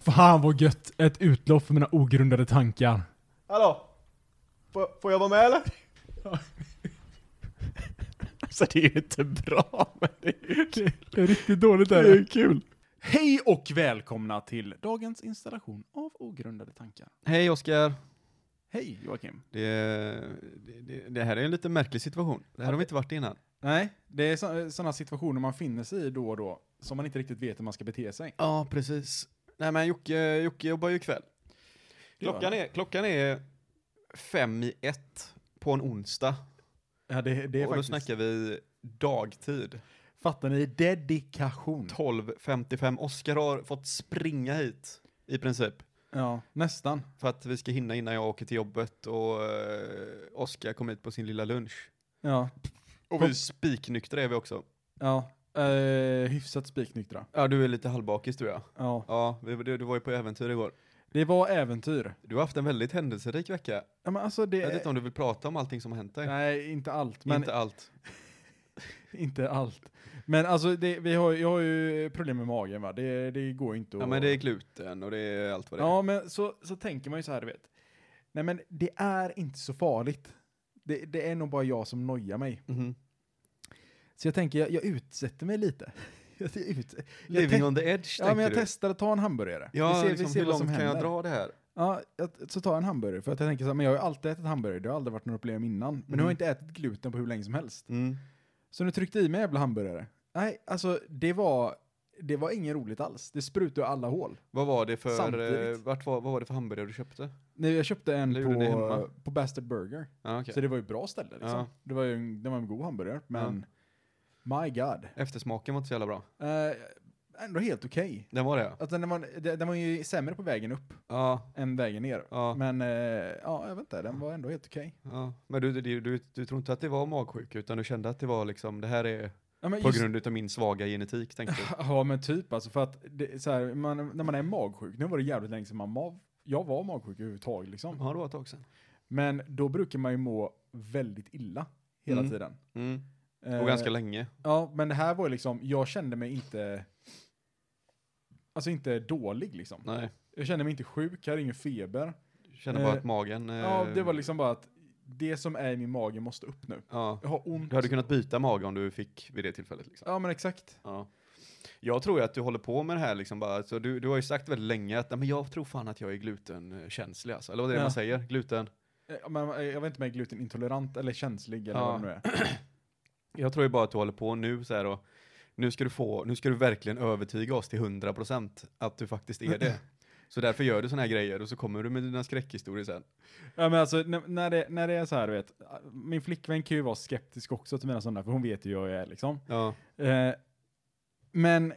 Fan vad gött! Ett utlopp för mina ogrundade tankar. Hallå? Får, får jag vara med eller? Alltså det är ju inte bra, men det är ju kul. Det är riktigt dåligt Det är ju kul. Hej och välkomna till dagens installation av Ogrundade tankar. Hej Oskar. Hej Joakim. Det, det- det, det här är en lite märklig situation. Det här har vi inte varit i innan. Nej, det är sådana situationer man finner sig i då och då, som man inte riktigt vet hur man ska bete sig. Ja, precis. Nej men Jocke, Jocke jobbar ju ikväll. gör Klockan är, klockan är fem i ett på en onsdag. Ja, det, det är Och faktiskt... då snackar vi dagtid. Fattar ni? Dedikation. 12.55. Oskar har fått springa hit i princip. Ja, nästan. För att vi ska hinna innan jag åker till jobbet och eh, Oskar kom hit på sin lilla lunch. Ja, Och vi är spiknyktra är vi också. ja. Eh, hyfsat spiknyktra. Ja, du är lite halvbakis tror jag. Ja. Ja, vi- du, du var ju på äventyr igår. Det var äventyr. Du har haft en väldigt händelserik vecka. Ja, men alltså det... Jag vet inte om du vill prata om allting som har hänt dig. Nej, inte allt. Men Inte allt. Inte allt. Men alltså, det, vi har, jag har ju problem med magen va, det, det går ju inte Ja, men det är gluten och det är allt vad det är. Ja, men så, så tänker man ju så här, du vet. Nej men det är inte så farligt. Det, det är nog bara jag som nojar mig. Mhm. Så jag tänker, jag, jag utsätter mig lite. Jag, jag ut, jag Living te- on the edge, Ja tänker men jag du. testar att ta en hamburgare. Ja, vi ser, liksom, vi ser hur vad långt som kan händer. jag dra det här? Ja, jag, så tar jag en hamburgare. För att jag tänker så här, men jag har ju alltid ätit hamburgare, det har aldrig varit några problem innan. Men nu har jag Mm. inte ätit gluten på hur länge som helst. Mm. Så nu tryckte jag i mig en jävla hamburgare. Nej, alltså det var, det var inget roligt alls. Det sprutade ur alla hål. Vad var det för, eh, Samtidigt. vart var, vad var det för hamburgare du köpte? Nej, jag köpte en Det gjorde ni på, hemma. på Bastard Burger. Ja, okej. Så det var ju ett bra ställe liksom. Ja. Det var ju en, det var en god hamburgare, men my god. Eftersmaken var inte så jävla bra. Eh, ändå helt okej. Den var det ja. Alltså, den, var, den, den var ju sämre på vägen upp Ja, än vägen ner. ja, Men eh, ja, jag vet inte, den var ändå helt okej. ja. Men du, du, du, du tror inte att det var magsjuka utan du kände att det var liksom, det här är Ja, men på just- grund av min svaga genetik tänkte du? Ja men typ alltså för att det, så här, man, när man är magsjuk, nu var det jävligt länge sedan man mav, jag var magsjuk överhuvudtaget liksom. Ja, det var ett tag sedan. Men då brukar man ju må väldigt illa hela Mm. tiden. Mm. Eh, Och ganska länge. Ja, men det här var ju liksom, jag kände mig inte, alltså inte dålig liksom. Nej, Jag kände mig inte sjuk, jag hade ingen feber. jag kände bara Eh, att magen... eh, Ja, det var liksom bara att det som är i min mage måste upp nu. Ja. Jag har ont. Du hade kunnat byta mage om du fick vid det tillfället. Liksom. Ja men exakt. Ja. Jag tror ju att du håller på med det här liksom bara, så du, du har ju sagt väldigt länge att "Nej, men jag tror fan att jag är glutenkänslig alltså. Eller vad är det Ja. man säger? Gluten. Eh, Men eh, jag vet inte om jag är glutenintolerant eller känslig eller Ja. vad det nu är. Jag tror ju bara att du håller på nu så här och nu ska du få, nu ska du verkligen övertyga oss till 100% att du faktiskt är det. Så därför gör du såna här grejer och så kommer du med dina skräckhistorier sen. Ja men alltså n- när det, när det är så här du vet, min flickvän kan ju vara skeptisk också till mina sådana, för hon vet ju hur jag är liksom. Ja, Eh, men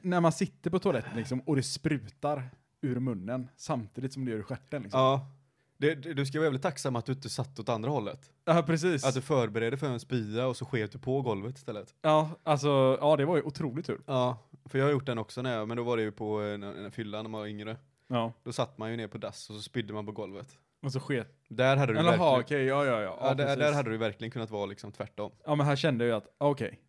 när man sitter på toaletten liksom och det sprutar ur munnen samtidigt som det gör i stjärten liksom. ja. Det, det- du ska vara väldigt tacksam att du inte satt åt andra hållet. Ja, precis. Att du förbereder för en spya och så sket du på golvet istället. ja, alltså, ja det var ju otroligt tur. Ja, för jag har gjort den också när jag, men då var det ju på en, en fylla när man var yngre. Ja. Då satt man ju ner på dass och så spydde man på golvet. Och så sket Där hade du Eller ha, verkligen, okej, ja, ja, ja. ja, där, precis. där hade du verkligen kunnat vara liksom tvärtom. ja, men här kände jag ju att, okej.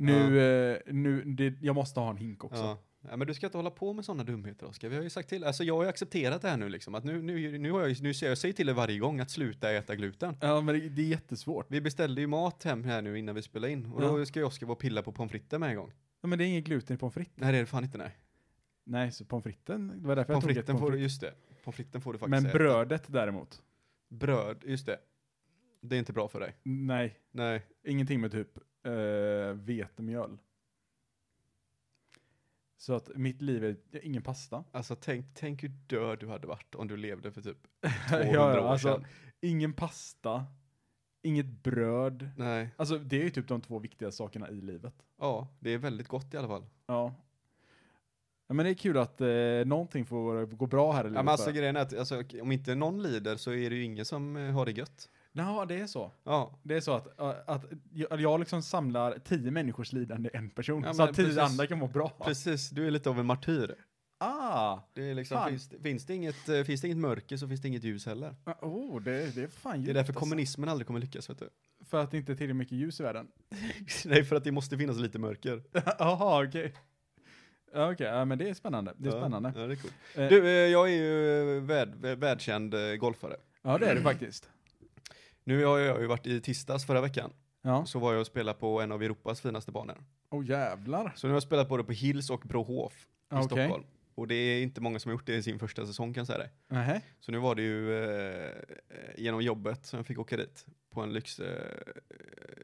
Nu, eh, nu det, jag måste ha en hink också. Ja. Ja, men du ska inte hålla på med sådana dumheter Oskar. Vi har ju sagt till, alltså jag har ju accepterat det här nu liksom. Att nu, nu, nu, har jag, ju- nu säger jag säger till dig varje gång att sluta äta gluten. Ja, men det, det är jättesvårt. Vi beställde ju mat hem här nu innan vi spelade in. Och då ska ju Oskar vara och pilla på pommes frites med en gång. Ja, men det är ingen gluten i pommes frites. Nej det är det fan inte nej. Nej, så pommes fritesen, det var därför Pommes jag tog fritesen ett får du, pommes just det. Pommes fritesen får du frites. faktiskt Men äta. brödet däremot. Bröd, just det. Det är inte bra för dig. Nej, Nej. ingenting med typ eh, vetemjöl. Så att mitt liv är ja, ingen pasta. Alltså tänk, tänk hur död du hade varit om du levde för typ 200 Ja, ja, år alltså, sedan. ingen pasta, inget bröd. Nej. Alltså det är ju typ de två viktiga sakerna i livet. Ja, det är väldigt gott i alla fall. Ja. ja men det är kul att eh, någonting får gå bra här i livet. Ja, men alltså bara. grejen är att alltså, om inte någon lider så är det ju ingen som eh, har det gött. Nå, det är så. Ja, Det är så att, eh, att jag, jag liksom samlar tio människors lidande i en person. Ja, så men att tio precis. andra kan må bra. precis. Du är lite av en martyr. Ah! Det är liksom, Fan. finns, det- finns, det inget, eh, finns det inget mörker så finns det inget ljus heller. Oh, det, det är fan alltså. Det är därför kommunismen aldrig kommer lyckas, vet du. För att det inte är tillräckligt mycket ljus i världen. Nej, för att det måste finnas lite mörker. Jaha, okej. Ja, Okej, ja, men det är spännande. Det är ja, spännande. Ja, det är coolt. Eh. Du, eh, jag är ju eh, värld, värld- världskänd eh, golfare. Ja, det är det faktiskt. Nu har jag ju varit i tisdags förra veckan, Ja. så var jag och spelade på en av Europas finaste banor. Åh jävlar. Så nu har jag spelat både på Hills och Brohof i Ah, Okej. Stockholm. Och det är inte många som har gjort det i sin första säsong kan jag säga dig. Nähä. Så nu var det ju eh, genom jobbet som jag fick åka dit på en lyx, eh,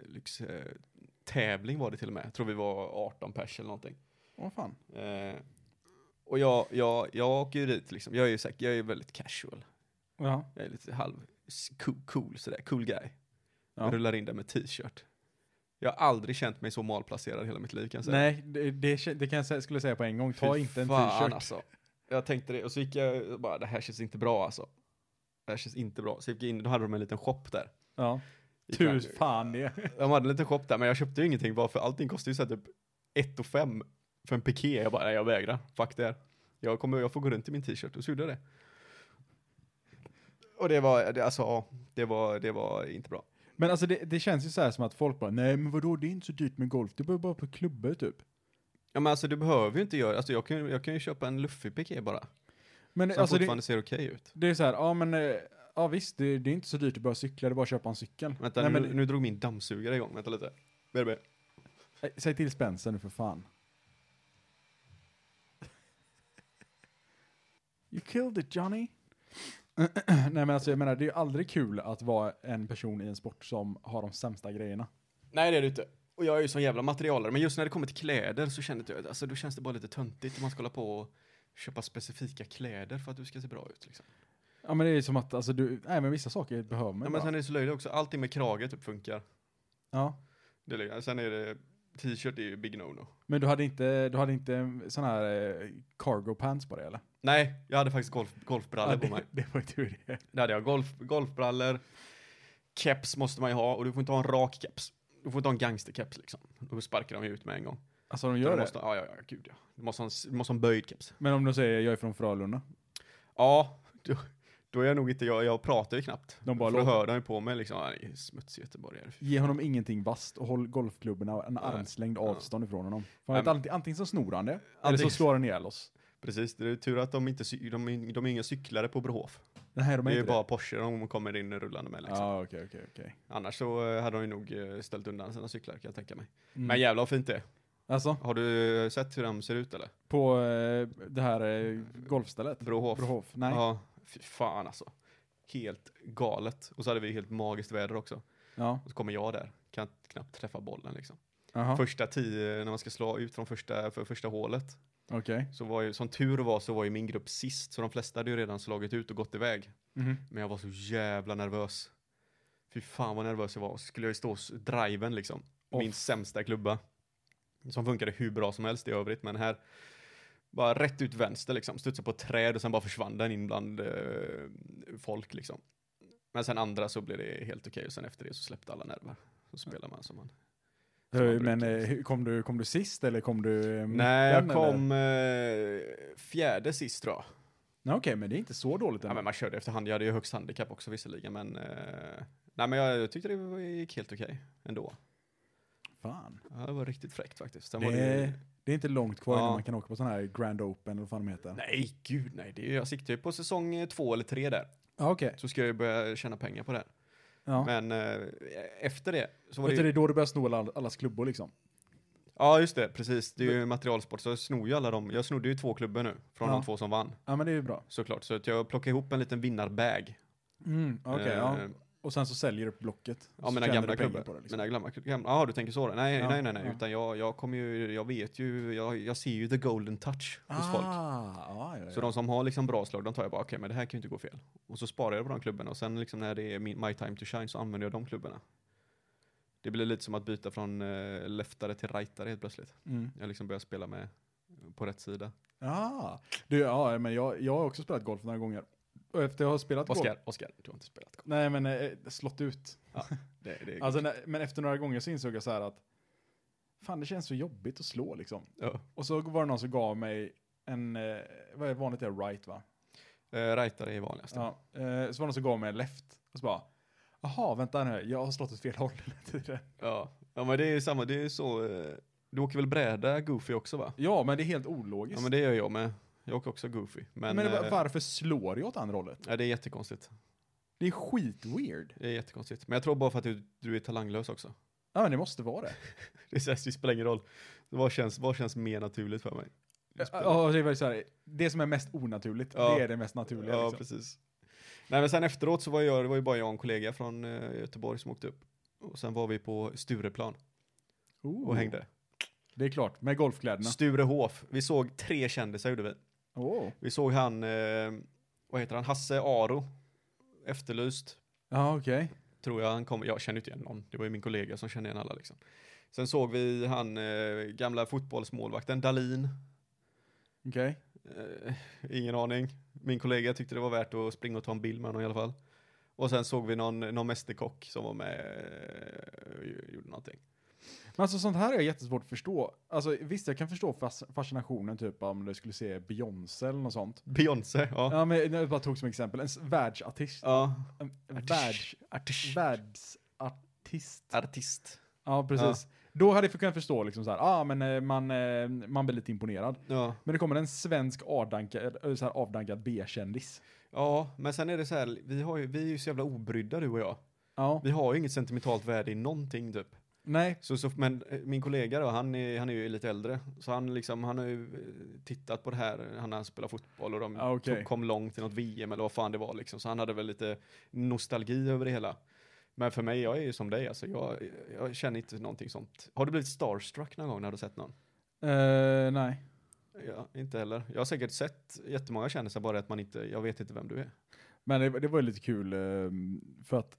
lyx eh, tävling var det till och med. Jag tror vi var 18 pers eller någonting. Åh fan. Eh, och jag, jag, jag åker ju dit liksom. Jag är ju säkert, jag är ju väldigt casual. Ja. Jag är lite halv s- cool, cool sådär, cool guy. Ja. Jag rullar in där med t-shirt. Jag har aldrig känt mig så malplacerad i hela mitt liv kan jag säga. Nej, det, det, kä- det kan jag säga, skulle jag säga på en gång. Ta Fy inte en fan, t-shirt. Alltså. Jag tänkte det och så gick jag och bara, det här känns inte bra alltså. Det här känns inte bra. Så jag gick in, då hade de en liten shop där. Ja. Gick Tur jag- fan det. De hade en liten shop där men jag köpte ju ingenting bara för allting kostar ju så här typ 1 och 5 för en piké. Jag bara, nej jag vägrar. Fuck det här. Jag, kommer, jag får gå runt i min t-shirt och så gjorde jag det. Och det var, det, alltså ja, det var, det var inte bra. Men alltså det, det känns ju så här som att folk bara, nej men vadå, det är inte så dyrt med golf, du behöver bara på klubbor typ. Ja men alltså du behöver ju inte göra, alltså jag kan, ju- jag kan ju köpa en luffig piké bara. Men Som alltså det, fortfarande ser okej ut. det är så här, ja men, eh, ja visst, det, det är inte så dyrt att bara cykla, det är bara att köpa en cykel. Vänta, nej, nu, men, nu drog min dammsugare igång. Vänta lite. BB. eh, Säg till Spencer nu för fan. You killed it Johnny. nej men alltså jag menar, det är ju aldrig kul att vara en person i en sport som har de sämsta grejerna. Nej det är det inte. Och jag är ju sån jävla materialare, men just när det kommer till kläder så kände jag att alltså, då känns det bara lite töntigt om man ska hålla på och köpa specifika kläder för att du ska se bra ut. Liksom. Ja men det är ju som att, alltså du, nej men vissa saker behöver man Men, ju men bara. sen är det så löjligt också, allting med krage typ funkar. Ja. Det är löjligt. sen är det, t-shirt är ju big no-no. Men du hade inte, du hade inte sån här eh, cargo pants på dig eller? Nej, jag hade faktiskt golf, golfbrallor Ja, det, på mig. det var ju tur det. Där hade jag golf, golfbrallor, keps måste man ju ha och du får inte ha en rak keps. Du får inte ha en gangsterkeps liksom. Då sparkar de ju ut med en gång. Alltså de Utan gör du det. måste, Ja, ja, ja, gud ja. Du måste ha en, s- du måste ha en böjd keps. Men om de säger jag är från Frölunda. Ja, då, då är jag nog inte, jag, jag pratar ju knappt. De bara För då låter- hör de ju på mig liksom, nej, smutsig göteborgare. Ge honom ingenting bast och håll golfklubborna en Nej. armslängd Ja. avstånd ifrån honom. För Nej, att men- anting- antingen så snor han det, eller så Antingen- slår han ihjäl oss. Precis, det är tur att de inte, cy- de, är- de är inga cyklare på Brohof. Nej, de Det är är ju inte det. bara Porsche de kommer in rullande med liksom. Ja, okej, okej, okej. Annars så eh, hade de ju nog eh, ställt undan sina cyklar kan jag tänka mig. Mm. Men jävlar vad fint det är. Alltså, Har du eh, sett hur de ser ut eller? på eh, det här eh, golfstället? Brohof. Brohof. Nej. Ja. Ja, fy fan alltså. Helt galet. Och så hade vi helt magiskt väder också. Ja. Och så kommer jag där, kan knappt träffa bollen liksom. Jaha, Första tio, när man ska slå ut från första, för första hålet. Okej. Så var ju, som tur var så var ju min grupp sist, så de flesta hade ju redan slagit ut och gått iväg. Mhm. Men jag var så jävla nervös. Fy fan vad nervös jag var. Så skulle jag ju stå och s- driven liksom. Åh. Min sämsta klubba. Som funkade hur bra som helst i övrigt, men här. Bara rätt ut vänster liksom, studsade på ett träd och sen bara försvann den in bland eh, folk liksom. Men sen andra så blev det helt okej och sen efter det så släppte alla nerver. Så spelar man som man. som man Eh, Men brukar. eh, hur- kom, du, kom du sist eller kom du eh, Nej, jag mitten, eller? kom eh, fjärde sist tror jag. Nej, Okej, men det är inte så dåligt Ja, men man körde efterhand. Jag hade ju högst handikapp också visserligen, men... Eh, nej, men jag, jag tyckte det var- gick helt okej ändå. Fan. Ja, det var riktigt fräckt faktiskt. Sen Det, var det, det är inte långt kvar innan Ja. man kan åka på sån här Grand Open eller vad fan de heter. nej, gud nej. Det, är- jag siktar ju på säsong eh, två eller tre där. Ja, okej. Så ska jag ju börja tjäna pengar på det. här. Ja. Men eh, efter det så var Vet du, det, det ju, är då du börjar sno alla, allas klubbor liksom. Ja, just det. Precis. Det är ju materialsport, så jag snor ju alla dem. Jag snodde ju två klubbor nu från Ja. de två som vann, Ja, men det är ju bra. såklart. Så att jag plockade ihop en liten vinnarbag. Mm, okej, Eh, ja. Och sen så säljer du på Blocket. Ja, Så mina tjänar gamla du pengar klubbor. på det, liksom. Mina gamla gamla, Ja, du tänker så? då? Nej, Ja, nej, nej, nej. ja. Utan jag, jag kommer ju, jag vet ju, jag, jag ser ju the golden touch hos folk. Ah, ja, ja, ja. Så de som har liksom bra slag, de tar jag bara, okej, men det här kan ju inte gå fel. Och så sparar jag på de klubborna och sen liksom när det är min- my time to shine så använder jag de klubborna. Det blir lite som att byta från eh, leftare till rightare helt plötsligt. Mm. Jag liksom börjar spela med på rätt sida. Ah. Du, ja, men jag, jag har också spelat golf några gånger. Och efter jag har spelat golf... Oskar, Oskar, du har inte spelat golf. Nej, men eh, slått ut. Det, det är Alltså, nej, men efter några gånger så insåg jag så här att fan, det känns så jobbigt att slå liksom. ja. Och så var det någon som gav mig en, eh, vad är vanligt är right va? Eh, rightare är vanligast. Ja, eh, så var det någon som gav mig en left. Och så bara, jaha, vänta nu, jag har slått åt fel håll hela tiden. Ja, ja men det är ju samma, det är ju så, eh, Du åker väl bräda Goofy också va? Ja, men det är helt ologiskt. Ja men det gör jag med. Jag åker också Goofy. Men, Men, va- eh, varför slår jag åt andra hållet? ja, det är jättekonstigt. Det är skitweird. Det är jättekonstigt. Men jag tror bara för att du, du är talanglös också. Ja, men det måste vara det. Det, är så här, det spelar ingen roll. Vad känns, vad känns mer naturligt för mig? Det spelar- Ja, det är väl så här, det som är mest onaturligt, Ja. det är det mest naturliga. Ja, liksom. precis. Nej, men sen efteråt så var jag, det var ju bara jag och en kollega från eh, Göteborg som åkte upp. Och sen var vi på Stureplan och Ooh. hängde. Det är klart, med golfkläderna. Sturehof. Vi såg tre kändisar gjorde vi. Åh. Vi såg han, eh, vad heter han, Hasse Aro. Efterlyst, Ja, okej. tror jag han kom. Jag kände inte igen någon. Det var ju min kollega som kände igen alla liksom. Sen såg vi han, eh, gamla fotbollsmålvakten, Dalin. Okej. Eh, ingen aning. Min kollega tyckte det var värt att springa och ta en bild med honom i alla fall. Och sen såg vi någon, någon mästerkock som var med eh, och gjorde någonting. Men alltså sånt här är jättesvårt att förstå. Alltså visst, jag kan förstå fas- fascinationen typ om du skulle se Beyoncé eller något sånt. Beyoncé, ja. Ja, men jag bara tog som exempel, en s- världsartist. Ja. En världs... Artist. Världsartist. Artist. Ja, precis. Då hade jag kunnat förstå liksom så här, ah, men eh, man, eh, man blir lite imponerad. Ja. Men det kommer en svensk avdankad, eh, så här, avdankad B-kändis. ja, men sen är det så här, vi, har ju, vi är ju så jävla obrydda du och jag. Ja. Vi har ju inget sentimentalt värde i någonting typ. Nej. Så, så, men eh, min kollega då, han är, han är ju lite äldre. Så han, liksom, han har ju eh, tittat på det här, han har spelat fotboll och de Ah, okej. tog, kom långt i något VM eller vad fan det var liksom. Så han hade väl lite nostalgi över det hela. Men för mig, jag är ju som dig alltså. Jag, jag känner inte någonting sånt. Har du blivit starstruck någon gång när du sett någon? Eh, nej. Ja, inte heller. Jag har säkert sett jättemånga kändisar, bara att man inte, jag vet inte vem du är. Men det, det var ju lite kul eh, för att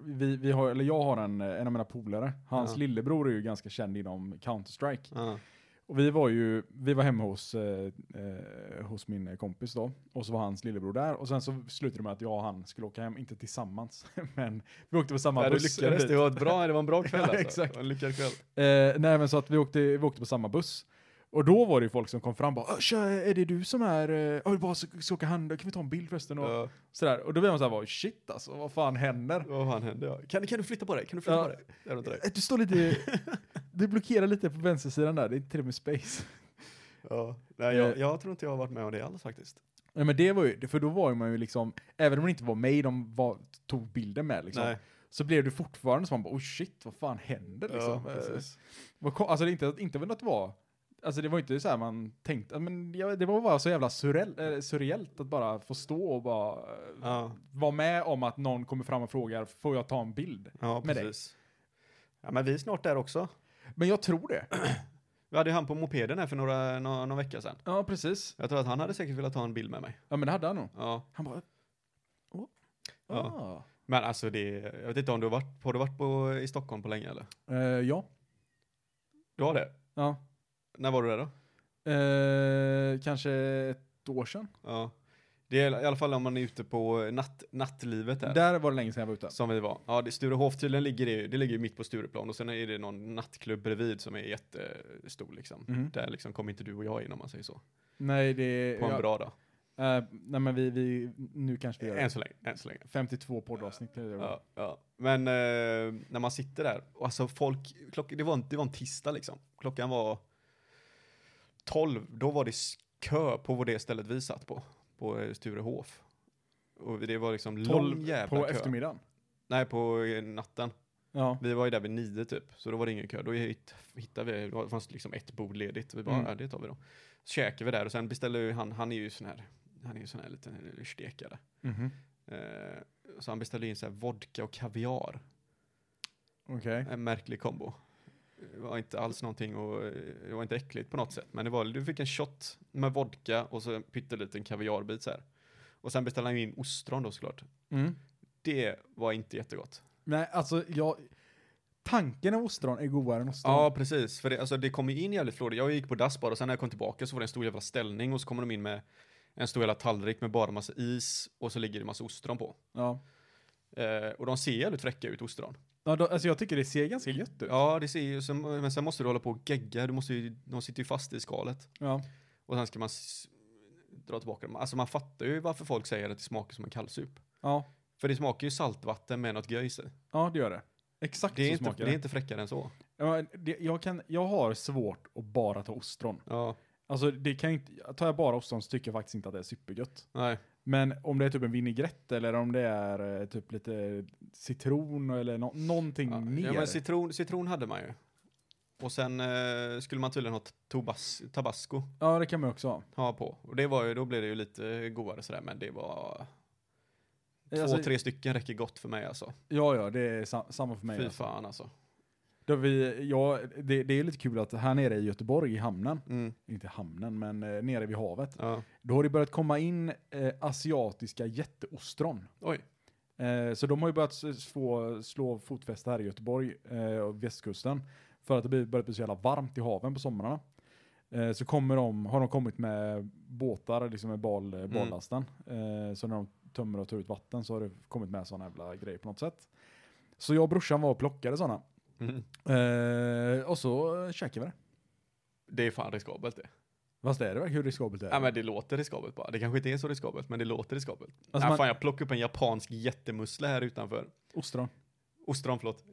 vi, vi har, eller jag har en, eh, en av mina polare, hans Ja. lillebror är ju ganska känd inom Counter-Strike. Ja, Och vi var ju, vi var hemma hos, eh, eh, hos min kompis då, och så var hans lillebror där, och sen så slutade det med att jag och han skulle åka hem, inte tillsammans, men vi åkte på samma ja, du buss. lyckades, det var, ett bra, det var en bra kväll Ja, alltså. exakt. Det var En lyckad kväll. Eh, nej men så att vi åkte, vi åkte på samma buss. Och då var det ju folk som kom fram och bara "Ö, tja, är det du som är, eh, oj bara så, så åka hand, kan vi ta en bild förresten? Och, Ja, sådär. och då blev man såhär, bara, shit alltså, vad fan händer? vad fan hände? Ja. Kan, kan du flytta på dig? Kan du flytta Ja. på dig? Jag vet inte det. Att Du står lite... Du blockerar lite på vänstersidan där, det är till och med space. Ja, nej, Eh. jag, jag tror inte jag har varit med om det alls faktiskt. Nej men det var ju, för då var ju man ju liksom, även om det inte var mig de var, tog bilden med liksom, Nej, så blev du fortfarande som man bara, oh shit, vad fan händer liksom? ja, Eh, precis. vad ko- alltså det är inte, inte väl något var, alltså det var inte så här man tänkte, men ja, det var bara så jävla surrell, eh, surreellt att bara få stå och bara eh, Ja, vara med om att någon kommer fram och frågar, får jag ta en bild? ja Med dig. precis. Ja, men vi är snart där också. Men jag tror det. Vi hade ju han på mopeden här för några, några, någon vecka sedan. Ja, precis. Jag tror att han hade säkert velat ta en bild med mig. Ja, men det hade han nog. Ja. Han bara, åh, Ja. ah. Men alltså det, jag vet inte om du har varit, har du varit på, i Stockholm på länge eller? Eh, ja. Du har det? ja. När var du där då? Eh, kanske ett år sedan. Ja. Det är i alla fall om man är ute på natt, nattlivet där. Där var det länge sedan jag var ute. Som vi var. Ja, det, Sturehof tydligen ligger det, ju- det ligger ju mitt på Stureplan och sen är det någon nattklubb bredvid som är jättestor liksom. Mhm. Där liksom kommer inte du och jag in om man säger så. Nej, det... På en ja, bra dag. eh, nej, men vi, vi... Nu kanske vi gör Än det. så länge, än så länge. 52 poddavsnitt. eller vad det var. Ja, ja. Men eh, när man sitter där, och alltså folk, klock, det, var en, det var en tisdag liksom. Klockan var 12, då var det s- kö på vad det stället vi satt på, på eh, Sturehof. Och det var liksom lång 12 jävla På kö. eftermiddagen. Nej, på eh, natten. Ja. Vi var ju där vid nio typ, så då var det ingen kö. Då hitt- hittade vi, då fanns det liksom ett bord ledigt. Vi bara, Mm. ja, det tar vi då. Så käkade vi där och sen beställde ju han, han är ju sån här, han är ju sån här liten eh, stekare. Mhm. Eh, så han beställde in så här vodka och kaviar. Okej. En märklig kombo. Det var inte alls någonting och eh, det var inte äckligt på något sätt. Men det var, du fick en shot med vodka och så en pytteliten kaviarbit så här. Och sen beställde han ju in ostron då såklart. Mm. Det var inte jättegott. Nej, alltså jag... Tanken av ostron är godare än ostron. Ja, precis. För det, alltså, det kom ju in jävligt flådigt. Jag gick på dass bara och sen när jag kom tillbaka så var det en stor jävla ställning och så kommer de in med en stor jävla tallrik med bara massa is och så ligger det massa ostron på. Ja. Eh, och de ser jävligt fräcka ut, ostron. ja då, alltså jag tycker det ser ganska gött ut. Ja, det ser ju, sen- men sen måste du hålla på och gegga, du måste ju, de sitter ju fast i skalet. Ja. Och sen ska man s- dra tillbaka dem. Alltså man fattar ju varför folk säger att det smakar som en kallsup. Ja. För det smakar ju saltvatten med något göjs i. Ja, det gör det. Exakt Det är, så inte, smakar det är inte fräckare än så. Ja, det, jag, kan, jag har svårt att bara ta ostron. Ja, Alltså det kan ju inte, tar jag bara ostron så tycker jag faktiskt inte att det är supergött. nej. Men om det är typ en vinägrett eller om det är eh, typ lite citron eller nå- någonting Ja, mer. ja, men citron, citron hade man ju. Och sen eh, skulle man tydligen ha t- tobas, tabasco ja, det kan man ju också ha. ha på. Och det var ju, då blev det ju lite godare sådär, men det var... Två, Alltså- tre stycken räcker gott för mig alltså. Ja, ja, det är sa- samma för mig. Fy Alltså. fan alltså. Då vi, ja, det, det är lite kul att här nere i Göteborg, i hamnen, Mm, inte hamnen, men eh, nere vid havet, ja. då har det börjat komma in eh, asiatiska jätteostron. Oj, Eh, så de har ju börjat s- s- få slå fotfäste här i Göteborg eh, och västkusten. För att det blir- börjat bli så jävla varmt i haven på somrarna. Eh, så kommer de, har de kommit med båtar liksom med bal, Mm. eh, ballasten. Eh, så när de tömmer och tar ut vatten så har det kommit med sådana jävla grejer på något sätt. Så jag och brorsan var och plockade sådana. Mm. Eh, och så eh, käkade vi det. det är fan riskabelt det. Fast det är det verkligen hur riskabelt det är. Ja men det låter riskabelt bara. Det kanske inte är så riskabelt, men det låter riskabelt. Alltså, ja, man- fan, jag plockade upp en japansk jättemussla här utanför. Ostron. Ostron, förlåt.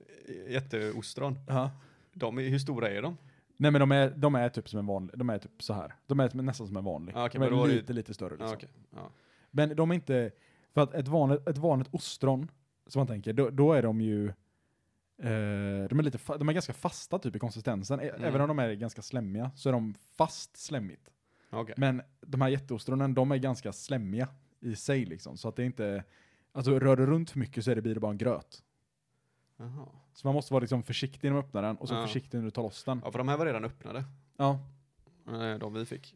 Jätteostron. Ja. De, är- hur stora är de? Nej men de är, de är typ som en vanlig, de är typ så här. De är som- nästan som en vanlig. Ja, okej, de men då är var det ju- lite, lite större liksom. Ja, okej. ja. Men de är inte, för att ett vanligt, ett vanligt ostron, som man tänker, då, då är de ju, eh, de, är lite fa- de är ganska fasta typ i konsistensen. Ä- Mm. Även om de är ganska slemmiga så är de fast slemmigt. Ja, okej. Men de här jätteostronen, de är ganska slemmiga i sig liksom. Så att det är inte, alltså rör du runt för mycket så är det, blir det bara en gröt. Jaha. Så man måste vara liksom försiktig när man öppnar den och så Ja. försiktig när du tar loss den. Ja, för de här var redan öppnade. Ja. eh, De vi fick.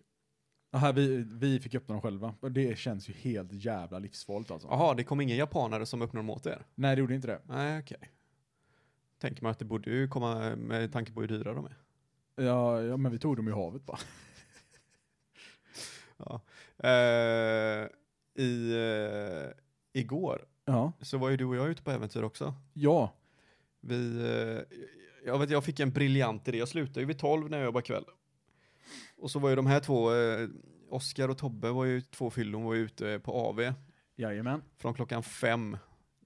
ja här, vi, vi fick öppna dem själva. Och det känns ju helt jävla livsfarligt alltså. Jaha, det kom inga japanare som öppnade dem åt er? Nej, det gjorde inte det. Nej, okej. Tänker man att det borde ju komma med tanke på hur dyra de är. Ja, ja men vi tog dem i havet bara. Ja. Eh, i, eh, igår Ja. så var ju du och jag ute på äventyr också. Ja, Vi, eh, jag, vet, jag fick en briljant idé. Jag slutade ju vid 12 när jag jobbade kväll. Och så var ju de här två, eh, Oskar och Tobbe var ju två fyllon, var ju ute på AV jajamän. från klockan fem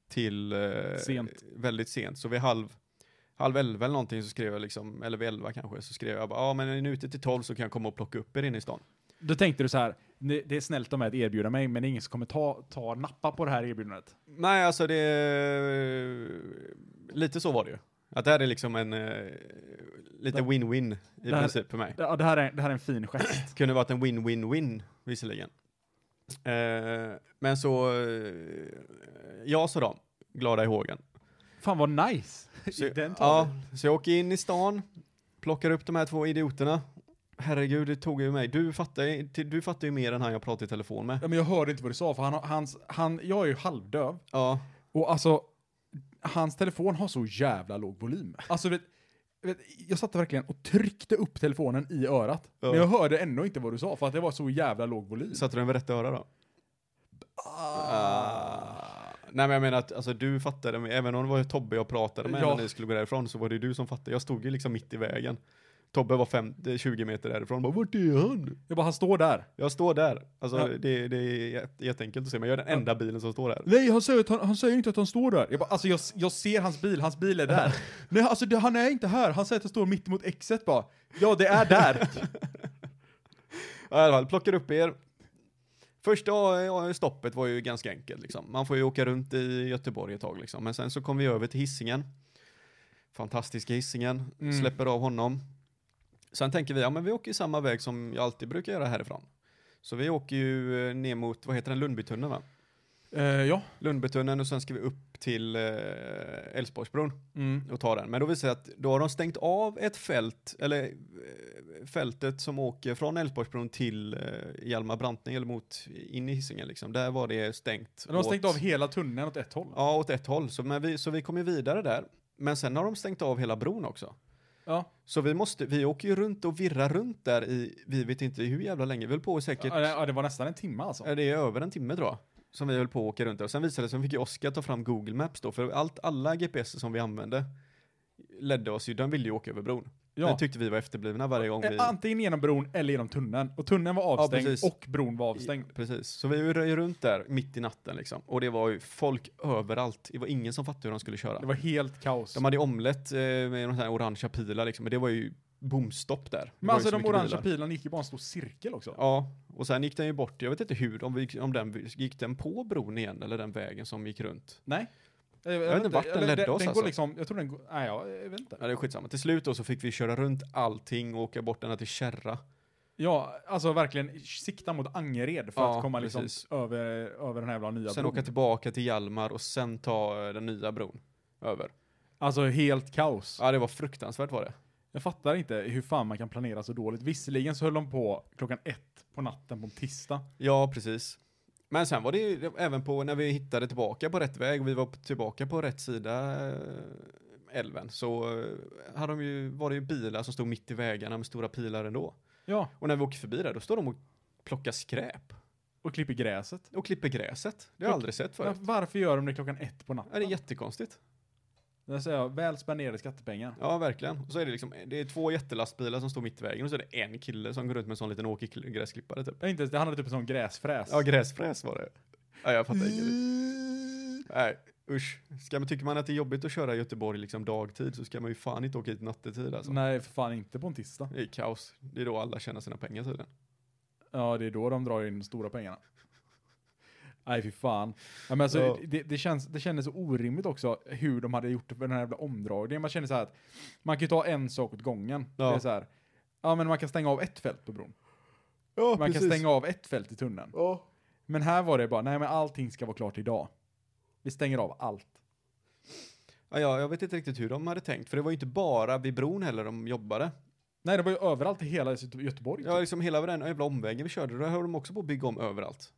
till eh, Sent. väldigt sent. Så vid halv, halv elva eller någonting så skrev jag liksom, eller vid elva kanske, så skrev jag bara, ja men är ni ute till tolv så kan jag komma och plocka upp er inne i stan. Då tänkte du så här, "Nej, det är snällt av mig att erbjuda mig, men det är ingen som kommer ta, ta nappa på det här erbjudandet. Nej, alltså det... Lite så var det ju. Att det här är liksom en... eh, Lite Det- win-win i det här- princip för mig. Ja, det, här är, det här är en fin gest. Kunde varit en win-win-win visserligen. Eh, men så... Eh, ja, sa de. Glada i hågen. Fan vad nice! Så, I den ja, tavlan. så jag åker in i stan, plockar upp de här två idioterna. Herregud, det tog ju mig. Du fattar, ju- du fattar ju mer än han jag pratar i telefon med. Ja, men jag hörde inte vad du sa, för han, har- hans, han, jag är ju halvdöv. Ja, Och alltså, hans telefon har så jävla låg volym. Alltså, vet, vet, jag satt verkligen och tryckte upp telefonen i örat. Ja. Men jag hörde ändå inte vad du sa, för att det var så jävla låg volym. satte du den vid rätt öra då? Ah. Nej men jag menar att alltså, du fattade mig, även om det var Tobbe jag pratade med Ja. när ni skulle gå därifrån så var det ju du som fattade. Jag stod ju liksom mitt i vägen. Tobbe var fem, eh, 20 meter därifrån bara vart är han? Jag bara, han står där. Jag står där. Alltså Ja. det, det är jätte- jätteenkelt att se men jag är den enda bilen som står där. Nej, han säger, att han, han säger inte att han står där. Jag bara, alltså jag, jag ser hans bil, hans bil är där. Nej, alltså det, han är inte här. Han säger att han står mitt emot exet bara. Ja, det är där. Ja, I alla fall, plockar upp er. Första eh, stoppet var ju ganska enkelt liksom. Man får ju åka runt i Göteborg ett tag liksom. Men sen så kom vi över till Hisingen. Fantastiska Hisingen. Mm. Släpper av honom. Sen tänker vi, ja men vi åker ju samma väg som jag alltid brukar göra härifrån. Så vi åker ju eh, ner mot, vad heter den, Lundbytunneln va? Eh, ja. Lundbytunneln och sen ska vi upp till eh, Älvsborgsbron Mm. och ta den. Men då visar det sig att då har de stängt av ett fält, eller eh, fältet som åker från Älvsborgsbron till eh, Hjalmar Brantning eller mot in i Hisingen liksom. Där var det stängt. De har stängt åt- av hela tunneln åt ett håll. Ja, åt ett håll. Så, men vi, så vi kom ju vidare där. Men sen har de stängt av hela bron också. Ja. Så vi måste, vi åker ju runt och virrar runt där i, vi vet inte hur jävla länge, vi höll på i säkert, Ja, det, ja, det var nästan en timme alltså. Ja, det är över en timme tror jag. Som vi höll på att åka runt där. Och sen visade det sig, sen fick ju Oskar ta fram Google Maps då, för allt, alla GPS som vi använde ledde oss ju, den ville ju åka över bron. Det Ja. tyckte vi var efterblivna varje gång vi... Eh, Antingen genom bron eller genom tunneln. Och tunneln var avstängd precis. och bron var avstängd. Precis, så vi röjer runt där mitt i natten liksom. Och det var ju folk överallt. Det var ingen som fattade hur de skulle köra. Det var helt kaos. De hade omlett eh, med några sådana här orangea pilar liksom, men det var ju bomstopp där. Det Men var ju alltså så de mycket orangea bilar. pilarna gick ju bara en stor cirkel också. Ja, och sen gick den ju bort, jag vet inte hur, om, vi, om den gick den på bron igen eller den vägen som gick runt. Nej. Eh, Jag, vet inte vart den eller ledde den, oss den alltså. Går liksom, jag tror den går, nej ja, jag vet inte. Ja, det är skitsamma. Till slut då så fick vi köra runt allting och åka bort ända till Kärra. Ja, alltså verkligen sikta mot Angered för Ja, att komma liksom precis. över, över den här jävla nya sen bron. åka tillbaka till Hjalmar och sen ta eh, den nya bron över. Alltså helt kaos. Ja, det var fruktansvärt var det. Jag fattar inte hur fan man kan planera så dåligt. Visserligen så höll de på klockan ett på natten på en tisdag. Ja, precis. Men sen var det ju även på när vi hittade tillbaka på rätt väg och vi var på- tillbaka på rätt sida eh, älven så eh, hade de ju, var det ju bilar som stod mitt i vägarna med stora pilar ändå. Ja, Och när vi åker förbi där då står de och plockar skräp och klipper gräset. och klipper gräset. Det har jag aldrig sett Men förut. varför gör de det klockan ett på Ja, natten? det är jättekonstigt. Där säger jag, väl spenderade skattepengar. Ja, verkligen. Och så är det liksom, det är två jättelastbilar som står mitt i vägen och så är det en kille som går runt med en sån liten åkergräsklippare typ. Ja, inte ens, det handlade typ om en sån gräsfräs. Ja, gräsfräs var det. Ja, jag fattar inte. Nej, usch. Ska man, tycker man att det är jobbigt att köra i Göteborg liksom dagtid så ska man ju fan inte åka hit nattetid alltså. Nej, för fan inte på en tisdag. Det är kaos. Det är då alla tjänar sina pengar tydligen. Ja, det är då de drar in de stora pengarna. Nej, fy fan. Ja, men alltså, Ja. det, det, känns, det kändes så orimligt också hur de hade gjort den här jävla omdragningen. Man känner så här att man kan ju ta en sak åt gången. Ja. Det är så här, ja men man kan stänga av ett fält på bron. Ja, Man kan stänga av ett fält i tunneln. Ja. Men här var det bara, nej men allting ska vara klart idag. Vi stänger av allt. Ja, jag vet inte riktigt hur de hade tänkt, för det var ju inte bara vid bron heller de jobbade. Nej, det var ju överallt i hela Göte- Göteborg. Ja, typ. liksom hela den jävla omvägen vi körde, då höll de också på att bygga om överallt.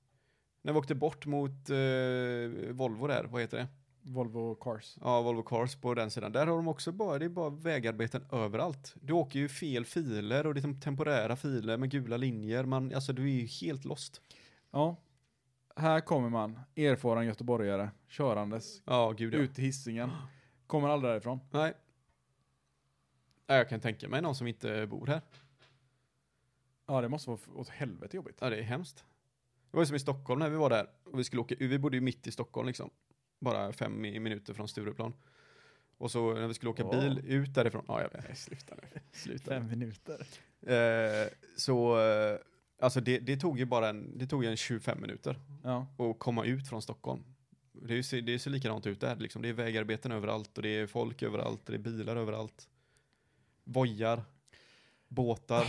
När vi åkte bort mot eh, Volvo där, vad heter det? Volvo Cars. Ja, Volvo Cars på den sidan. Där har de också bara, det är bara vägarbeten överallt. Du åker ju fel filer och det är som temporära filer med gula linjer. Man, alltså du är ju helt lost. Ja. Här kommer man, erfaren göteborgare, körandes, Ja, gud ja. ut till hissingen. Kommer aldrig därifrån. Nej. Nej, Jag kan tänka mig någon som inte bor här. Ja, det måste vara f- åt helvete jobbigt. Ja, det är hemskt. Det var ju som i Stockholm när vi var där. Och vi, skulle åka, vi bodde ju mitt i Stockholm liksom. Bara fem i- minuter från Stureplan. Och så när vi skulle åka Åh. bil ut därifrån. Ja, jag vet. Sluta nu. Sluta nu. minuter. Eh, så, eh, alltså det, det tog ju bara en, det tog ju en 25 minuter Ja. att komma ut från Stockholm. Det, är ju, se- det ser likadant ut där liksom. Det är vägarbeten överallt och det är folk överallt och det är bilar överallt. Vojar, båtar,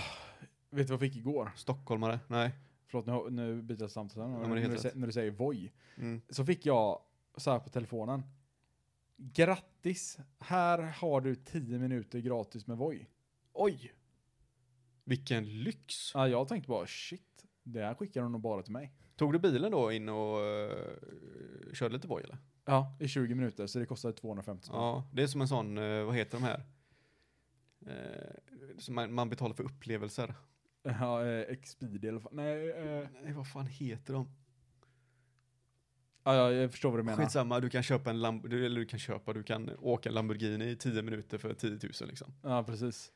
Vet du vad jag fick igår? stockholmare, nej. Förlåt, nu, nu byter jag samtal. men det är när, helt du rätt. sä- när du säger voj. Mm. Så fick jag så här på telefonen. Grattis, här har du 10 minuter gratis med voj. Oj! Vilken lyx! Ja, jag tänkte bara shit, det här skickar de nog bara till mig. Tog du bilen då in och eh, körde lite Voi eller? Ja, i 20 minuter, så det kostade 250 spänn. Ja, det är som en sån, eh, vad heter de här? Eh, som man, man betalar för upplevelser. Ja, eh, Expedia i alla fall. Nej, eh, Nej, vad fan heter de? ja, ja, jag förstår vad du menar. Skitsamma, du kan köpa en Lam- du, eller du kan köpa, du kan åka en Lamborghini i 10 minuter för 10 000 liksom. Ja, precis.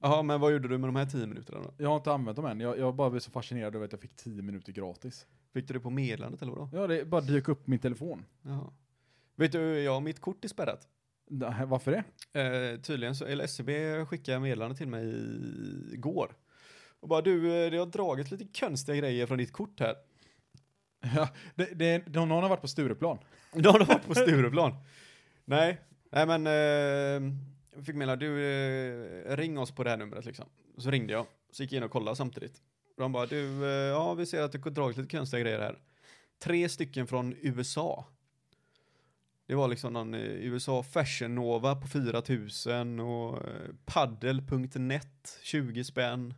Jaha, men vad gjorde du med de här 10 minuterna då? Jag har inte använt dem än. Jag, jag bara blev så fascinerad över att jag fick 10 minuter gratis. Fick du det på meddelandet eller vadå? Ja, det bara dök upp min telefon. Jaha. Vet du, ja, mitt kort är spärrat. Nej, varför det? Eh, tydligen så, eller SCB skickade meddelande till mig igår. Och bara du, eh, det har dragit lite konstiga grejer från ditt kort här. Ja, det, det, de- någon har varit på Stureplan. Då har de varit på Stureplan. Nej, nej men eh, jag fick mejla, du eh, ring oss på det här numret liksom. Så ringde jag, så gick jag in och kollade samtidigt. De bara, du, eh, ja vi ser att du har dragit lite konstiga grejer här. Tre stycken från USA. Det var liksom någon eh, USA Fashion Nova på 4000 och eh, paddel.net 20 spänn.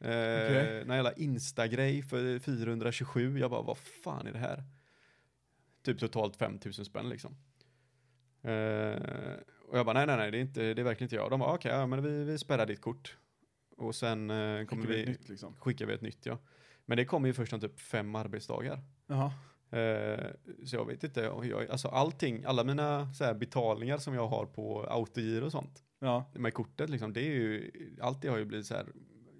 Eh, Okej. Någon jävla Insta-grej för 427. Jag bara, vad fan är det här? Typ totalt 5000 spänn liksom. Eh, och jag bara, nej nej nej, det är, inte, det är verkligen inte jag. De bara, okej, ja, men vi, vi spärrar ditt kort. Och sen eh, kommer Skickar vi vi, ett nytt liksom. skickar vi ett nytt ja. Men det kommer ju först om typ fem arbetsdagar. Jaha. Eh, så jag vet inte, och jag, alltså allting, alla mina så här, betalningar som jag har på autogiro och sånt, Ja. med kortet liksom, det är ju, allt det har ju blivit så här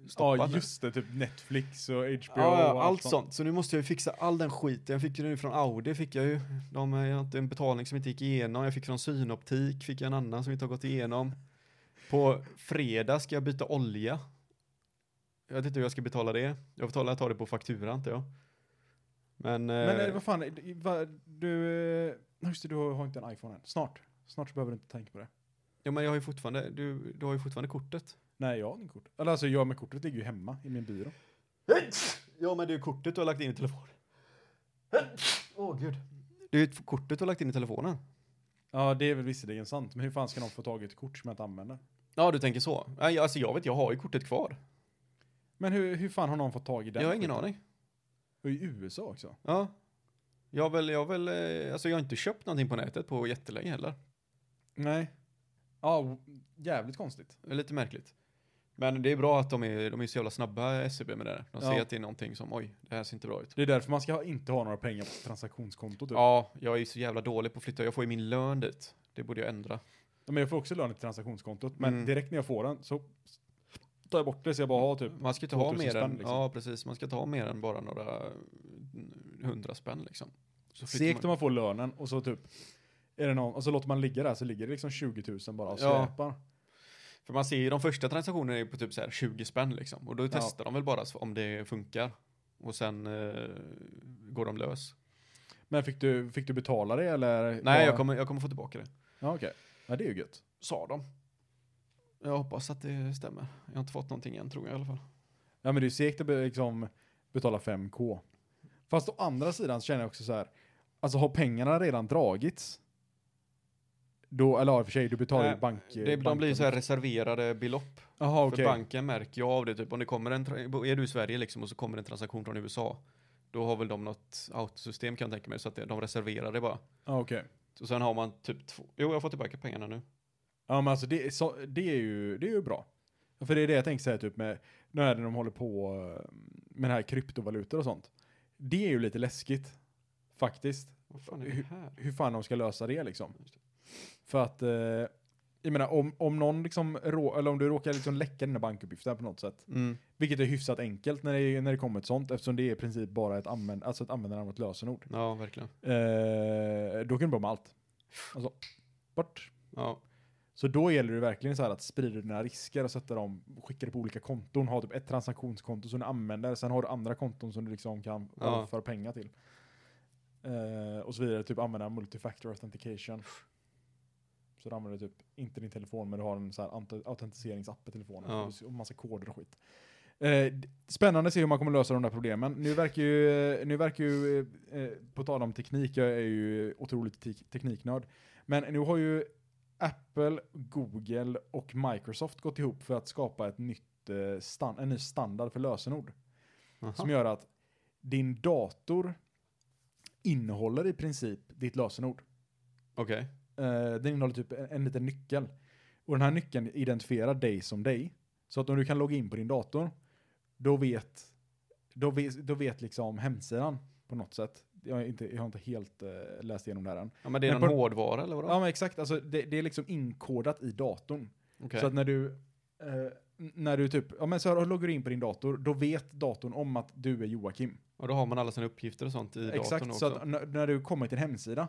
stoppat ja, nu. just det. Typ Netflix och HBO. Ja, ja, och allt sånt. Så nu måste jag ju fixa all den skiten. Jag fick ju nu från Audi, fick jag ju. De jag hade en betalning som inte gick igenom. Jag fick från Synoptik, fick jag en annan som inte har gått igenom. På fredag ska jag byta olja. Jag vet inte hur jag ska betala det. Jag får ta, jag tar det på faktura antar jag. Men, Men eh, eh, vad fan, eh, va, du, eh, just det, du har har inte en iPhone än. Snart. Snart så behöver du inte tänka på det. ja, men jag har ju fortfarande, du, du har ju fortfarande kortet. Nej, jag har inget kort. Eller alltså, jag med kortet ligger ju hemma i min byrå. Ja, men det är ju kortet du har lagt in i telefonen. Åh gud. Det är ju ett- kortet du har lagt in i telefonen. Ja, det är väl visserligen sant. Men hur fan ska någon få tag i ett kort som jag inte använder? Ja, du tänker så. Nej, alltså jag vet, jag har ju kortet kvar. Men hur, hur fan har någon fått tag i den? jag har ingen skiten? aning. Och i USA också? Ja. Jag har väl, jag har väl, eh, alltså jag har inte köpt någonting på nätet på jättelänge heller. Nej. Ja, w- jävligt konstigt. Det är lite märkligt. Men det är bra att de är, de är så jävla snabba SEB med det där. Ja. De Typ. ser att det är någonting som, oj, det här ser inte bra ut. Det är därför man ska ha- inte ha några pengar på transaktionskontot. Typ. Ja, jag är ju så jävla dålig på att flytta, jag får ju min lön dit. Det borde jag ändra. Men jag får också lön till transaktionskontot. Men Mm. direkt när jag får den så tar jag bort det så jag bara har typ. Man ska inte ha 2000 mer än, spänn, liksom. ja precis, man ska inte ha mer än bara några eh, hundra spänn liksom. Så flyttar Segt om man får lönen och så typ är det någon, och så låter man ligga där så ligger det liksom 20 000 bara och Ja. släpar. För man ser ju de första transaktionerna är på typ så här 20 spänn liksom. Och då testar de väl bara om det funkar. Och sen eh, går de lös. Men fick du, fick du betala det eller? Nej, bara- jag kommer, jag kommer få tillbaka det. Ja, okej. Ja, det är ju gött. Sa de. Jag hoppas att det stämmer. Jag har inte fått någonting än tror jag i alla fall. Ja, men det är ju segt att be- liksom betala 5K. Fast å andra sidan så känner jag också så här, alltså har pengarna redan dragits? Då, eller ja, i och för sig, du betalar ju Nej, bank... Eh, Det, de blir ju så här reserverade belopp. Jaha, okej. För banken märker ju av det. Typ om det kommer en, tra- är du i Sverige liksom och så kommer en transaktion från USA. Då har väl de något autosystem kan jag tänka mig. Så att det- de reserverar det bara. Ja, okej. Och sen har man typ två. Jo, jag har fått tillbaka pengarna nu. Ja, men alltså det, är så, det, är ju, det är ju bra. För det är det jag tänker säga typ med, nu är det när de håller på eh, med det här kryptovalutor och sånt. Det är ju lite läskigt, faktiskt. Vad fan är det här? hur fan de ska lösa det liksom. För att, eh, jag menar om, om någon liksom, rå, eller om du råkar liksom läcka dina bankuppgifter på något sätt. Mm. Vilket är hyfsat enkelt när det, när det kommer ett sånt eftersom det är i princip bara ett, använd, alltså ett användarnamn och ett lösenord. Ja, verkligen. Eh, då kan du bara med allt. Alltså, bort. Ja. Så då gäller det verkligen så här att sprida dina risker och sätta dem, skicka det på olika konton, ha typ ett transaktionskonto som du använder, sen har du andra konton som du liksom kan Ja. överföra pengar till. Eh, och så vidare, typ använda multifactor authentication. Så du använder typ inte din telefon men du har en så här aut- autentiseringsapp i telefonen Ja. och s- och massa koder och skit. Eh, d- spännande att se hur man kommer lösa de där problemen. Nu verkar ju, nu verkar ju eh, på tal om teknik, jag är ju otroligt te- tekniknörd. Men nu har ju Apple, Google och Microsoft gått ihop för att skapa ett nytt, eh, stan- en ny standard för lösenord. Som gör att din dator innehåller i princip ditt lösenord. Okej. Eh, den innehåller typ en, en liten nyckel. Och den här nyckeln identifierar dig som dig. Så att om du kan logga in på din dator, då vet, då vet, då vet liksom hemsidan på något sätt. Jag, har inte, jag har inte helt eh, läst igenom det här än. Ja, men det är Men någon på- hårdvara eller vadå? Ja men exakt, alltså, det, det är liksom inkodat i datorn. Okej. Så att när du, eh, när du typ, ja men så här, loggar du in på din dator, då vet datorn om att du är Joakim. Och då har man alla sina uppgifter och sånt i datorn Exakt, så också. att n- när du kommer till en hemsida,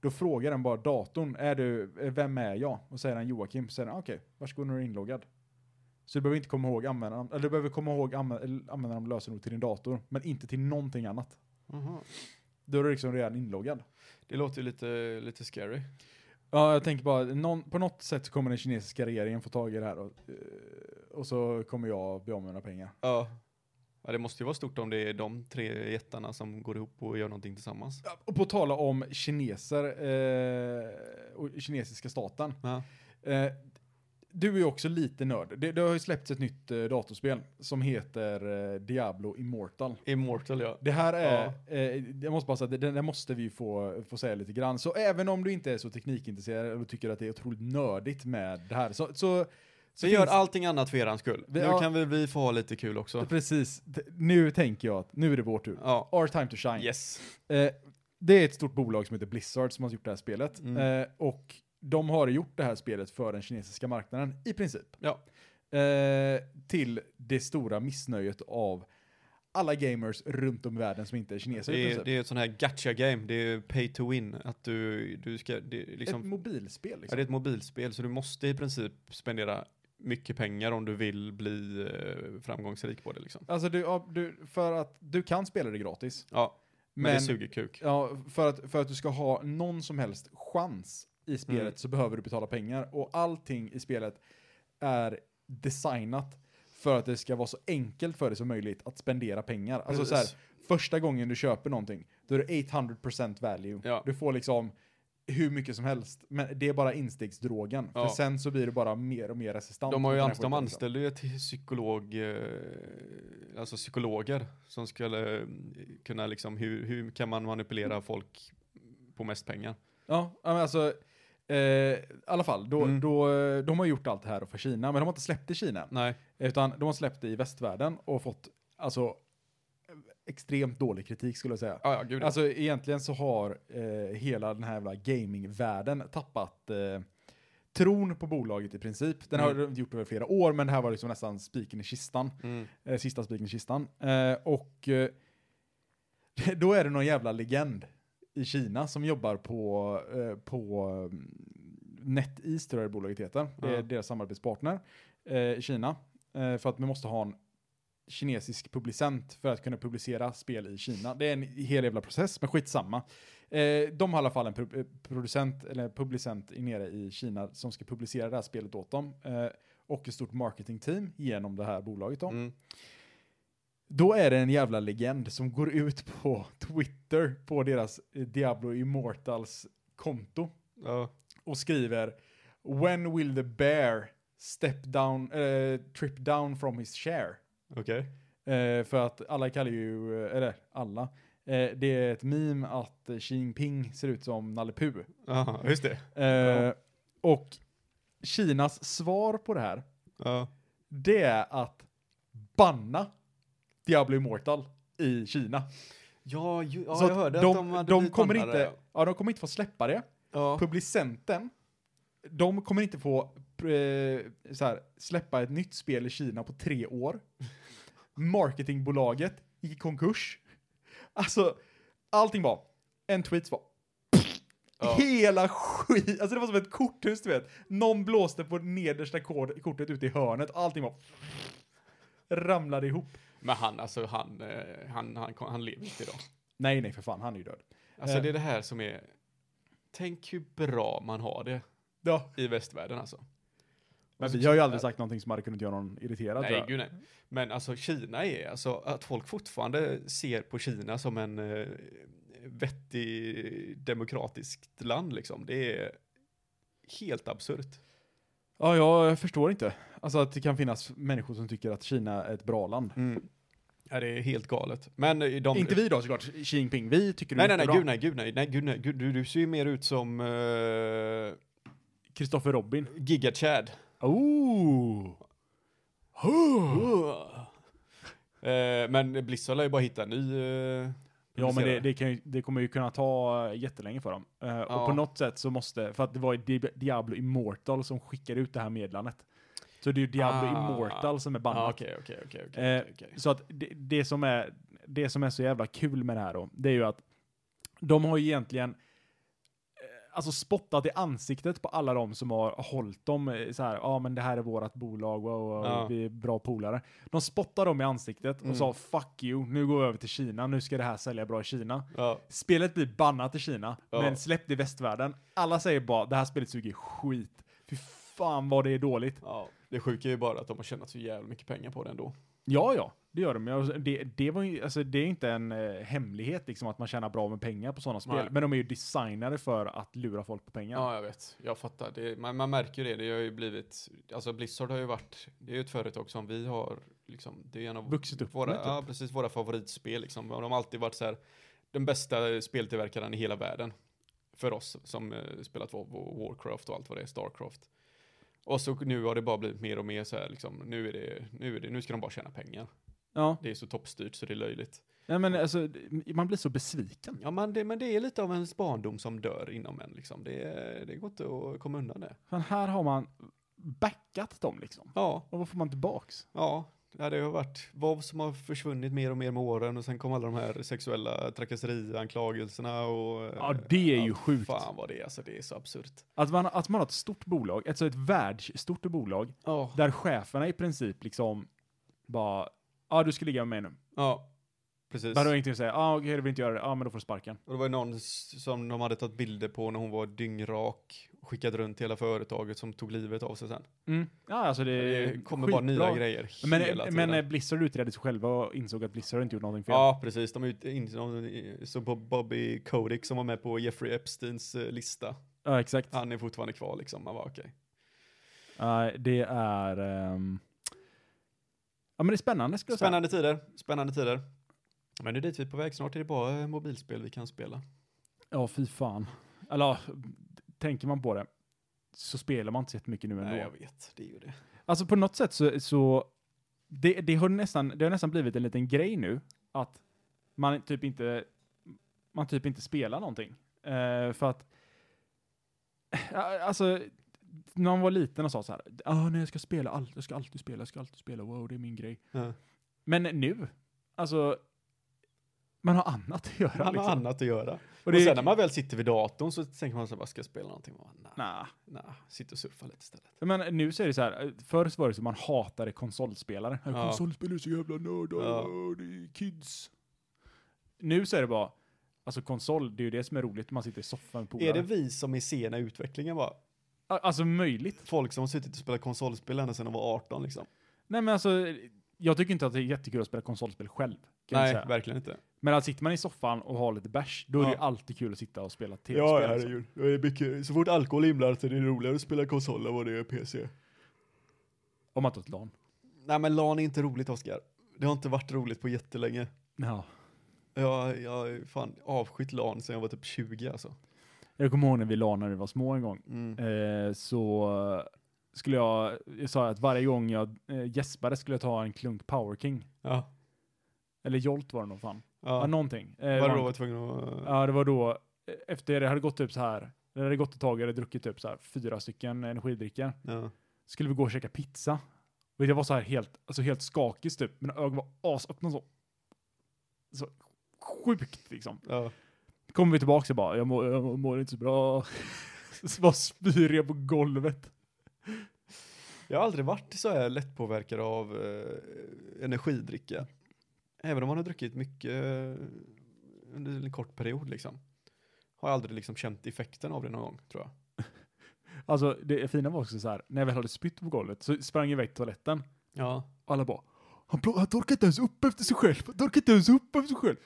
då frågar den bara datorn, är du, eh, vem är jag? Och säger den Joakim, så säger den okej, varsågod nu är du inloggad. Så du behöver inte komma ihåg användaren, eller du behöver komma ihåg anvä- eller användarnamn och lösenord till din dator, men inte till någonting annat. Aha. Då är du liksom redan inloggad. Det låter ju lite, lite scary. Ja, jag tänker bara, någon, på något sätt så kommer den kinesiska regeringen få tag i det här och, eh, och så kommer jag bli av med mina pengar. Ja. ja. Det måste ju vara stort om det är de tre jättarna som går ihop och gör någonting tillsammans. Ja, Och på tala om kineser eh, och kinesiska staten. Ja. Eh, du är ju också lite nörd. Det, det har ju släppts ett nytt eh, datorspel som heter eh, Diablo Immortal. Immortal ja. Det här är, eh, jag måste bara säga, att det, det där måste vi ju få, få säga lite grann. Så även om du inte är så teknikintresserad och tycker att det är otroligt nördigt med det här så, så, så Vi gör finns- allting annat för eran skull. Vi- nu ja. kan väl vi få ha lite kul också. Precis, D- nu tänker jag att nu är det vår tur. Ja. Our time to shine. Yes. Eh, det är ett stort bolag som heter Blizzard som har gjort det här spelet. Mm. Eh, och de har gjort det här spelet för den kinesiska marknaden i princip. Ja. Eh, till det stora missnöjet av alla gamers runt om i världen som inte är kineser i Det är, princip. det är ett sån här gacha game, det är pay to win. Att du, du ska, det är liksom, Ett mobilspel ja, liksom. det är ett mobilspel så du måste i princip spendera mycket pengar om du vill bli eh, framgångsrik på det liksom. Alltså du, ja, du, för att du kan spela det gratis. Ja, men, Men, det suger kuk. ja, för, att, för att du ska ha någon som helst chans i spelet Mm. så behöver du betala pengar. Och allting i spelet är designat för att det ska vara så enkelt för dig som möjligt att spendera pengar. Alltså så här, Precis. första gången du köper någonting, då är det 800% value. Ja. Du får liksom hur mycket som helst. Men det är bara instegsdrogen. För Ja. sen så blir du bara mer och mer resistant. De, har ju mot den här anst- de skiten, liksom. anställde ju ett psykolog, eh, alltså psykologer som skulle eh, kunna liksom, hur, hur kan man manipulera folk på mest pengar? Ja, ja, men alltså. eh, I alla fall, då, Mm. då, eh, de har gjort allt det här för Kina, men de har inte släppt det i Kina. Nej, Utan de har släppt det i västvärlden och fått, alltså, extremt dålig kritik skulle jag säga. ja, ja gud. Alltså egentligen så har eh, hela den här jävla gamingvärlden tappat eh, tron på bolaget i princip. Den har Mm. de gjort över flera år, men det här var liksom nästan spiken i kistan. mm. Eh, sista spiken i kistan. Eh, och eh, då är det någon jävla legend i Kina som jobbar på, eh, på mm, NetEase tror jag det bolaget heter. Det är Ja. deras samarbetspartner eh, i Kina. Eh, för att man måste ha en kinesisk publicent för att kunna publicera spel i Kina. Det är en hel jävla process, men skitsamma. Eh, de har i alla fall en pro- eh, producent, eller publicent nere i Kina som ska publicera det här spelet åt dem. Eh, och ett stort marketingteam genom det här bolaget då. Mm. Då är det en jävla legend som går ut på Twitter på deras eh, Diablo Immortals konto Ja. och skriver When will the bear step down, eh, trip down from his chair? Okej. Eh, för att alla kallar ju, eh, eller alla, eh, det är ett meme att eh, Xi Jinping ser ut som Nalle Puh. Ja, just det. Eh, Ja. Och Kinas svar på det här, Ja. det är att banna Diablo Immortal i Kina. Ja, ju, ja Så jag att hörde de, att de hade de blivit kommer bannade, inte, ja, de kommer inte få släppa det. Ja. Ja. Publicenten, de kommer inte få eh, så här, släppa ett nytt spel i Kina på tre år. Marketingbolaget gick i konkurs. Alltså, allting var, en tweet var, Ja. hela skit, alltså det var som ett korthus du vet. Någon blåste på nedersta kod, kortet ute i hörnet, allting var, ramlade ihop. Men han, alltså han, eh, han, han, han, han lever inte idag. Nej, nej för fan, han är ju död. Alltså Eh. det är det här som är, tänk hur bra man har det Ja. i västvärlden alltså. Men Alltså, vi har ju aldrig sagt någonting som hade kunnat göra någon irriterad. tror Nej, jag. gud nej. Men alltså Kina är, alltså att folk fortfarande ser på Kina som en eh, vettig demokratiskt land liksom. Det är helt absurt. Ja, jag förstår inte. Alltså att det kan finnas människor som tycker att Kina är ett bra land. Ja, det är helt galet. Men eh, de... Inte vi då såklart, Xi Jinping. Vi tycker Nej, det nej, är nej, jättebra. gud nej, gud nej, nej, gud nej, gud, du, du ser ju mer ut som uh, Christopher Robin. Giga-Chad. Oh! Eh, men Blizzard har ju bara hittat en ny... eh, Ja, men det, publicerare. det, kan ju, det kommer ju kunna ta eh, jättelänge för dem. Eh, Ja. Och på något sätt så måste, för att det var ju Di- Diablo Immortal som skickade ut det här meddelandet. Så det är ju Diablo Ah. Immortal som är bannat. Ja, Okej, okej, okej, okej, Eh, okej, okej. Så att det, det, som är, det som är så jävla kul med det här då, det är ju att de har ju egentligen eh, alltså spottat i ansiktet på alla de som har hållit dem eh, så här, ja ah, men det här är vårt bolag, wow, wow, Ja. vi är bra polare. De spottade dem i ansiktet och Mm. sa fuck you, nu går vi över till Kina, nu ska det här sälja bra i Kina. Ja, Spelet blir bannat i Kina, Ja. men släppt i västvärlden. Alla säger bara, det här spelet suger skit. Fy fan vad det är dåligt. ja. Det sjuka är ju bara att de har tjänat så jävla mycket pengar på det ändå. Ja, ja, det gör de. Jag- Det, det, var ju, alltså, det är inte en eh, hemlighet liksom, att man tjänar bra med pengar på sådana spel. Nej. Men de är ju designade för att lura folk på pengar. Ja, jag vet. Jag fattar. Det, man, man märker ju det. Det har ju blivit... Alltså Blizzard har ju varit... Det är ju ett företag som vi har... Liksom, det är en av Vuxit upp våra, med, typ. ja, precis, våra favoritspel. Liksom. Och De har alltid varit så här, den bästa speltillverkaren i hela världen. För oss som eh, spelat WoW och Warcraft och allt vad det är, Starcraft. Och så nu har det bara blivit mer och mer så här, liksom, nu, är det, nu, är det, nu ska de bara tjäna pengar. Ja. Det är så toppstyrt så det är löjligt. Nej, men alltså, det- man blir så besviken. Ja, men det, men det är lite av en barndom som dör inom en liksom. Det, är- det går inte att komma undan det. Men här har man backat dem liksom. Ja, Och vad får man tillbaks? ja. Ja, det har varit vad som har försvunnit mer och mer med åren och sen kom alla de här sexuella trakasserianklagelserna och... eh, Ja, det är ju ja, sjukt. Fan vad det är, alltså det är så absurt. Att man, att man har ett stort bolag, alltså ett världsstort bolag, Ja, där cheferna i princip liksom bara, ja ah, du ska ligga med mig nu. ja, precis. Men du har ingenting att säga, ja ah, okej du vill inte göra det, ja ah, men då får du sparken. Och det var ju någon s- som de hade tagit bilder på när hon var dyngrak, skickad runt till hela företaget som tog livet av sig sen. Ja alltså det, Mm. Det är kommer skitbra. bara nya grejer hela Men, tiden. men eh, Blizzard utredde sig själva och insåg att Blizzard inte gjort någonting fel. alltså, Ja, precis. De ut, in, de, så på Bobby Kotick som var med på Jeffrey Epsteins eh, lista, Ja, exakt. han är fortfarande kvar liksom. Man bara okej. Nej, det är... ehm, Ja, men det är spännande skulle jag säga. Spännande tider, spännande tider. Men det är dit vi är på väg. Snart är det bara eh, mobilspel vi kan spela. Ja, fy fan. Eller, ja, tänker man på det så spelar man inte så jättemycket nu ändå. Nej, jag vet. Det är ju det. Alltså på något sätt så, så det, det, har nästan, det har nästan blivit en liten grej nu att man typ inte, man typ inte spelar någonting. Eh, för att, Ja, alltså, när man var liten och sa så här, ah, nej jag ska spela allt, jag ska alltid spela, jag ska alltid spela, wow det är min grej. Ja. Men nu, alltså, man har annat att göra. Man har liksom. annat att göra. Och Och det är- sen när man väl sitter vid datorn så tänker man så här, bara, ska jag spela någonting? Man bara, Nej, Nah. nej, sitt och surfa lite istället. Men nu så är det så här, eh, förr så var det så man hatade konsolspelare. Ja. Konsolspelare är så jävla nördar, Ja. och det är kids. Nu så är det bara, alltså konsol, det är ju det som är roligt, man sitter i soffan på Är det vi som är sena i utvecklingen bara? Alltså möjligt. Folk som har suttit och spelat konsolspel ända sedan de var 18 liksom. Nej men alltså, jag tycker inte att det är jättekul att spela konsolspel själv. Kan jag Nej, säga. verkligen inte. Men alltså, sitter man i soffan och har lite bärs, då är det Ja. ju alltid kul att sitta och spela tv-spel. liksom. ju. Det är mycket, så fort alkohol är inblandat är det roligare att spela konsol än vad det är PC. Om man tar ett LAN. Nej men LAN är inte roligt Oskar. Det har inte varit roligt på jättelänge. Ja. Jag jag har fan avskytt LAN sedan jag var typ 20 alltså. Jag kommer ihåg när vi LAN när vi var små en gång. Mm. eh, så skulle jag, jag sa att varje gång jag eh, gäspade skulle jag ta en klunk Power King. Ja. Eller Jolt var det nog fan. Ja, ja. någonting. Eh, var det var- då jag var tvungen att... Ja, det var då, eh, efter det hade gått typ så här, det hade gått ett tag, jag hade druckit typ så här fyra stycken energidrickor. Ja. Skulle vi gå och käka pizza. Och jag var så här helt, alltså helt skakig typ, mina ögon var asöppna så. Så sjukt liksom. Ja. Kommer vi tillbaka och bara, jag mår, jag mår inte så bra. så bara spyr jag på golvet. Jag har aldrig varit så här lättpåverkad av eh, energidricka. Även om man har druckit mycket eh, under en kort period liksom. Har jag aldrig liksom känt effekten av det någon gång tror jag. Alltså det fina var också så här, när jag väl hade spytt på golvet så sprang jag iväg till toaletten Ja. och alla bara han, pl- han torkar inte ens upp efter sig själv, han torkar inte ens upp efter sig själv.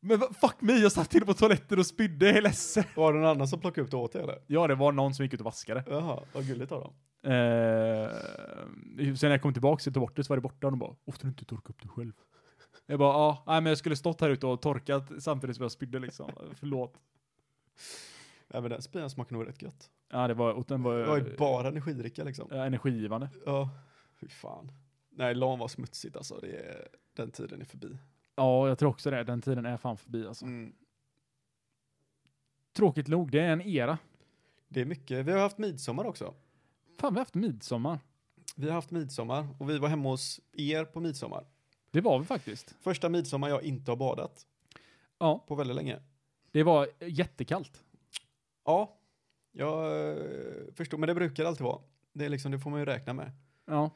Men va- fuck me, jag satt till på toaletten och spydde, jag är ledsen. Var det någon annan som plockade upp det åt dig eller? Ja, det var någon som gick ut och vaskade. Jaha, vad gulligt av dem. Eh, sen när jag kom tillbaka och tog bort det så var det borta och de bara, ofta du inte torkar upp dig själv. Jag bara, ja, nej men jag skulle stått här ute och torkat samtidigt som jag spydde liksom. Förlåt. Nej men den spyan smakar nog rätt gött. Ja, det var, och den var, Det var ju bara energidricka liksom. eh, energigivande. Ja, fy fan. Nej, LAN var smutsigt alltså. Det är, den tiden är förbi. Ja, jag tror också det. Den tiden är fan förbi alltså. Tråkigt nog, det är en era. Det är mycket. Vi har haft midsommar också. Fan, vi har haft midsommar. Vi har haft midsommar och vi var hemma hos er på midsommar. Det var vi faktiskt. Första midsommar jag inte har badat Ja, på väldigt länge. det var jättekallt. Ja, jag eh, förstår, men det brukar det alltid vara. Det, är liksom, det får man ju räkna med. Ja.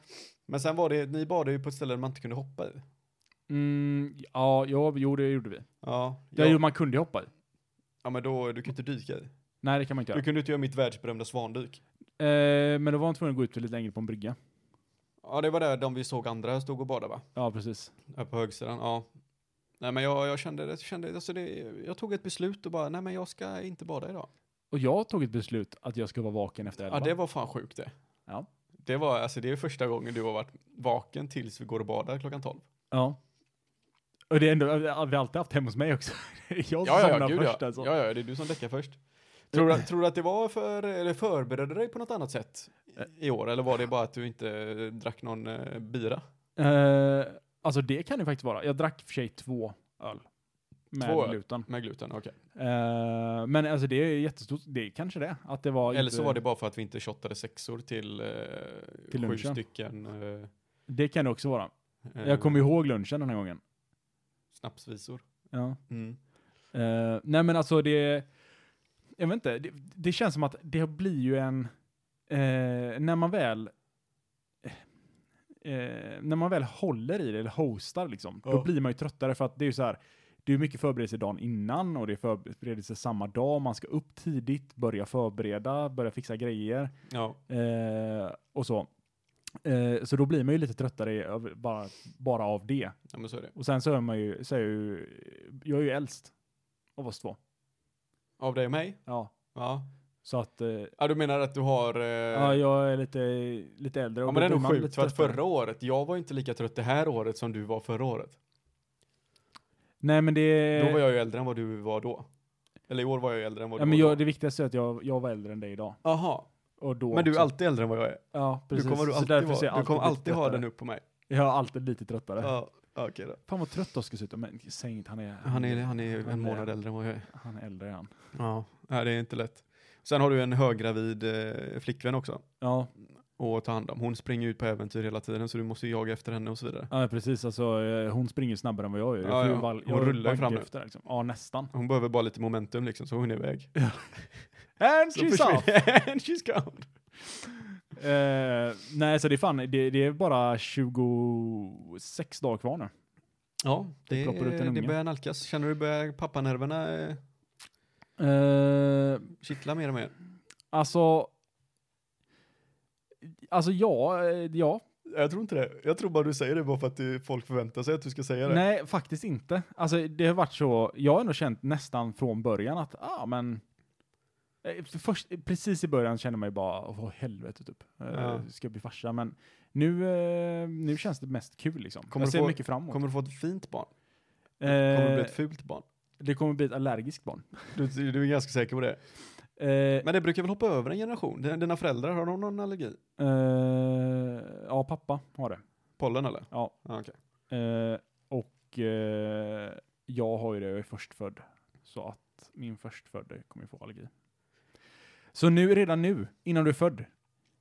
Men sen var det, ni badade ju på ett ställe där man inte kunde hoppa i. Mm, ja, jo, jo, det gjorde vi. Ja, Det ja, gjorde man kunde hoppa i. ja men då, du kan inte dyka i. Nej, det kan man inte Du göra. kunde inte göra mitt världsberömda svandyk. Eh, men då var man tvungen att gå ut lite längre på en brygga. Ja, det var där de vi såg andra stod och badade va? Ja, precis. Här på högsidan, ja. Nej men jag, jag kände, jag kände alltså det, jag tog ett beslut och bara, nej men jag ska inte bada idag. Och jag tog ett beslut att jag ska vara vaken efter elva. Ja det var fan sjukt det. Ja. Det var, alltså det är första gången du har varit vaken tills vi går och badar klockan 12. ja. Och det är ändå, vi har alltid haft hemma hos mig också. jag som Ja, ja, somnar gud, först ja. alltså. ja, ja, det är du som däckar först. Tror du, tror du att det var för, eller förberedde dig på något annat sätt i- i år? Eller var det bara att du inte eh, drack någon eh, bira? Eh, alltså det kan det faktiskt vara. Jag drack för sig två öl. Med Två öl. gluten. Med gluten, okej. Eh, men alltså det är jättestort, det kanske det är, Att det var Eller så inte- var det bara för att vi inte shottade sexor till, eh, Till sju lunchen. stycken eh, Det kan det också vara. eh, Jag kommer ihåg lunchen den här gången. snapsvisor. Ja. Eh, nej men alltså det, jag vet inte, det, det känns som att det blir ju en, eh, när man väl, eh, när man väl håller i det eller hostar liksom, Ja. då blir man ju tröttare för att det är ju så här, det är ju mycket förberedelse dagen innan och det är förberedelse samma dag, man ska upp tidigt, börja förbereda, börja fixa grejer Ja, eh, och så. Eh, så då blir man ju lite tröttare av- bara, bara av det. ja, men så är det. Och sen så är man ju, så är jag ju, jag är ju äldst av oss två. Av dig och mig? Ja. Ja. Så att, eh, ja. Du menar att du har... Eh, ja, ja, jag är lite, lite äldre. och men det är då blir nog man sjukt lite för att tröttare. förra året, jag var inte lika trött det här året som du var förra året. Nej men det, Då var jag ju äldre än vad du var då. Eller i år var jag ju äldre än vad Eh. ja, du men var jag, då. det viktigaste är att jag, jag var äldre än dig idag. Jaha, Och då men du är också. alltid äldre än vad jag är. ja, precis. Du kommer, du Så alltid, därför så är vara, jag du kommer lite alltid ha tröttare. den upp på mig. Jag är alltid lite tröttare. Ja, okej då. Fan vad trött Oskar ser ut. Men säg inte, han är, Han är, han är han en månad äldre än vad jag är. Han är äldre han. Ja, nej, det är inte lätt. Sen har du en höggravid eh, flickvän också Ja, att ta hand om. Hon springer ut på äventyr hela tiden så du måste ju jaga efter henne och så vidare. ja precis. Alltså, eh, hon springer snabbare än vad jag gör. Jag Ja, får ju ja. val- Hon jag rullar ju bankar fram nu. efter, liksom. Ja, nästan. Hon behöver bara lite momentum liksom så hon är iväg. And Så she's off! försvinner- And she's gone. Eh, nej, så det är fan, det, det är bara 26 dagar kvar nu. Ja, det, ploppar ut en det unge. börjar nalkas. Känner du börjar pappanerverna eh, Eh, kittla mer och mer? alltså, alltså ja, eh, ja. Jag tror inte det. Jag tror bara du säger det bara för att folk förväntar sig att du ska säga Nej, faktiskt inte. Alltså det har varit så, jag har nog känt nästan från början att, ja ah, men, eh, för- först, precis i början kände man ju bara, åh vad helvete typ, eh, Ja. ska jag bli farsa? Men nu, eh, nu känns det mest kul liksom. Kommer jag du ser få- mycket fram emot. Kommer du få ett fint barn? Eh, Kommer du bli ett fult barn? det kommer bli ett allergiskt barn. Du, du är ganska säker på det. Eh, Men det brukar väl hoppa över en generation? Dina- Dina föräldrar, har de någon allergi? Eh, ja, pappa har det. Pollen eller? Ja. ja okej. Eh, och eh, jag har ju det, jag är förstfödd. Så att min förstfödde kommer ju få allergi. Så nu, redan nu, innan du är född,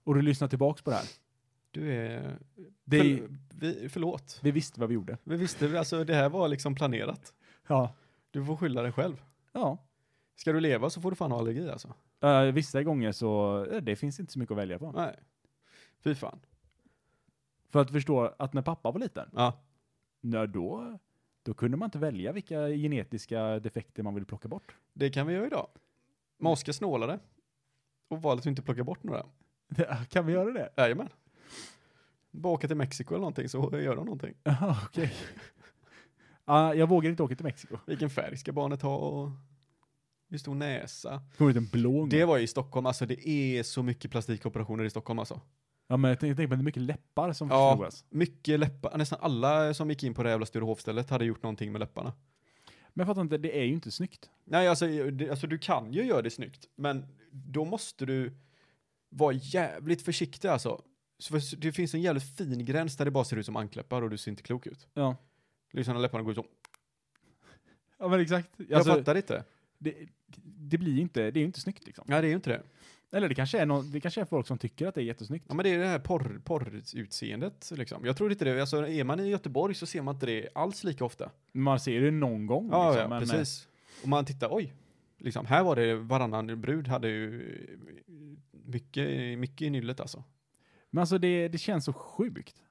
och du lyssnar tillbaks på det här. Du är... Det, Förl- vi, förlåt. Vi visste vad vi gjorde. Vi visste, alltså det här var liksom planerat. Ja. Du får skylla dig själv. ja. Ska du leva så får du fan ha allergi alltså. Eh, vissa gånger så, eh, det finns inte så mycket att välja på. Nej. Fy fan. För att förstå att när pappa var liten, Ja. när då, då kunde man inte välja vilka genetiska defekter man ville plocka bort. Det kan vi göra idag. Men Oskar snålade. Och valde att inte plocka bort några. kan vi göra det? Jajamän. Bara åka till Mexiko eller någonting så gör de någonting. Jaha, okej. Ah, jag vågar inte åka till Mexiko. Vilken färg ska barnet ha och hur stor näsa? Kommer ut en blå unge. Det var ju i Stockholm, alltså det är så mycket plastikoperationer i Stockholm alltså. Ja, men jag tänker tänk på att det är mycket läppar som Ja. förstoras. Mycket läppar, nästan alla som gick in på det jävla Sturehofstället hade gjort någonting med läpparna. Men jag fattar inte, det är ju inte snyggt. Nej, alltså, det, alltså du kan ju göra det snyggt, men då måste du vara jävligt försiktig alltså. Så för det finns en jävligt fin gräns där det bara ser ut som ankläppar och du ser inte klok ut. Ja. Liksom när läpparna går ut så. Ja, men exakt. Jag Alltså, fattar inte. det, det blir ju inte, det är ju inte snyggt liksom. Nej, det är ju inte det. Eller det kanske, är någon, det kanske är folk som tycker att det är jättesnyggt. Ja, men det är det här porr, porrutseendet liksom. Jag tror inte det. Alltså, är man i Göteborg så ser man inte det alls lika ofta. Man ser det någon gång. Ja, eh, liksom, ja men, precis. Och man tittar, oj. Liksom, här var det varannan brud hade ju mycket, mycket i nyllet alltså. eh, Men alltså det, det känns så sjukt.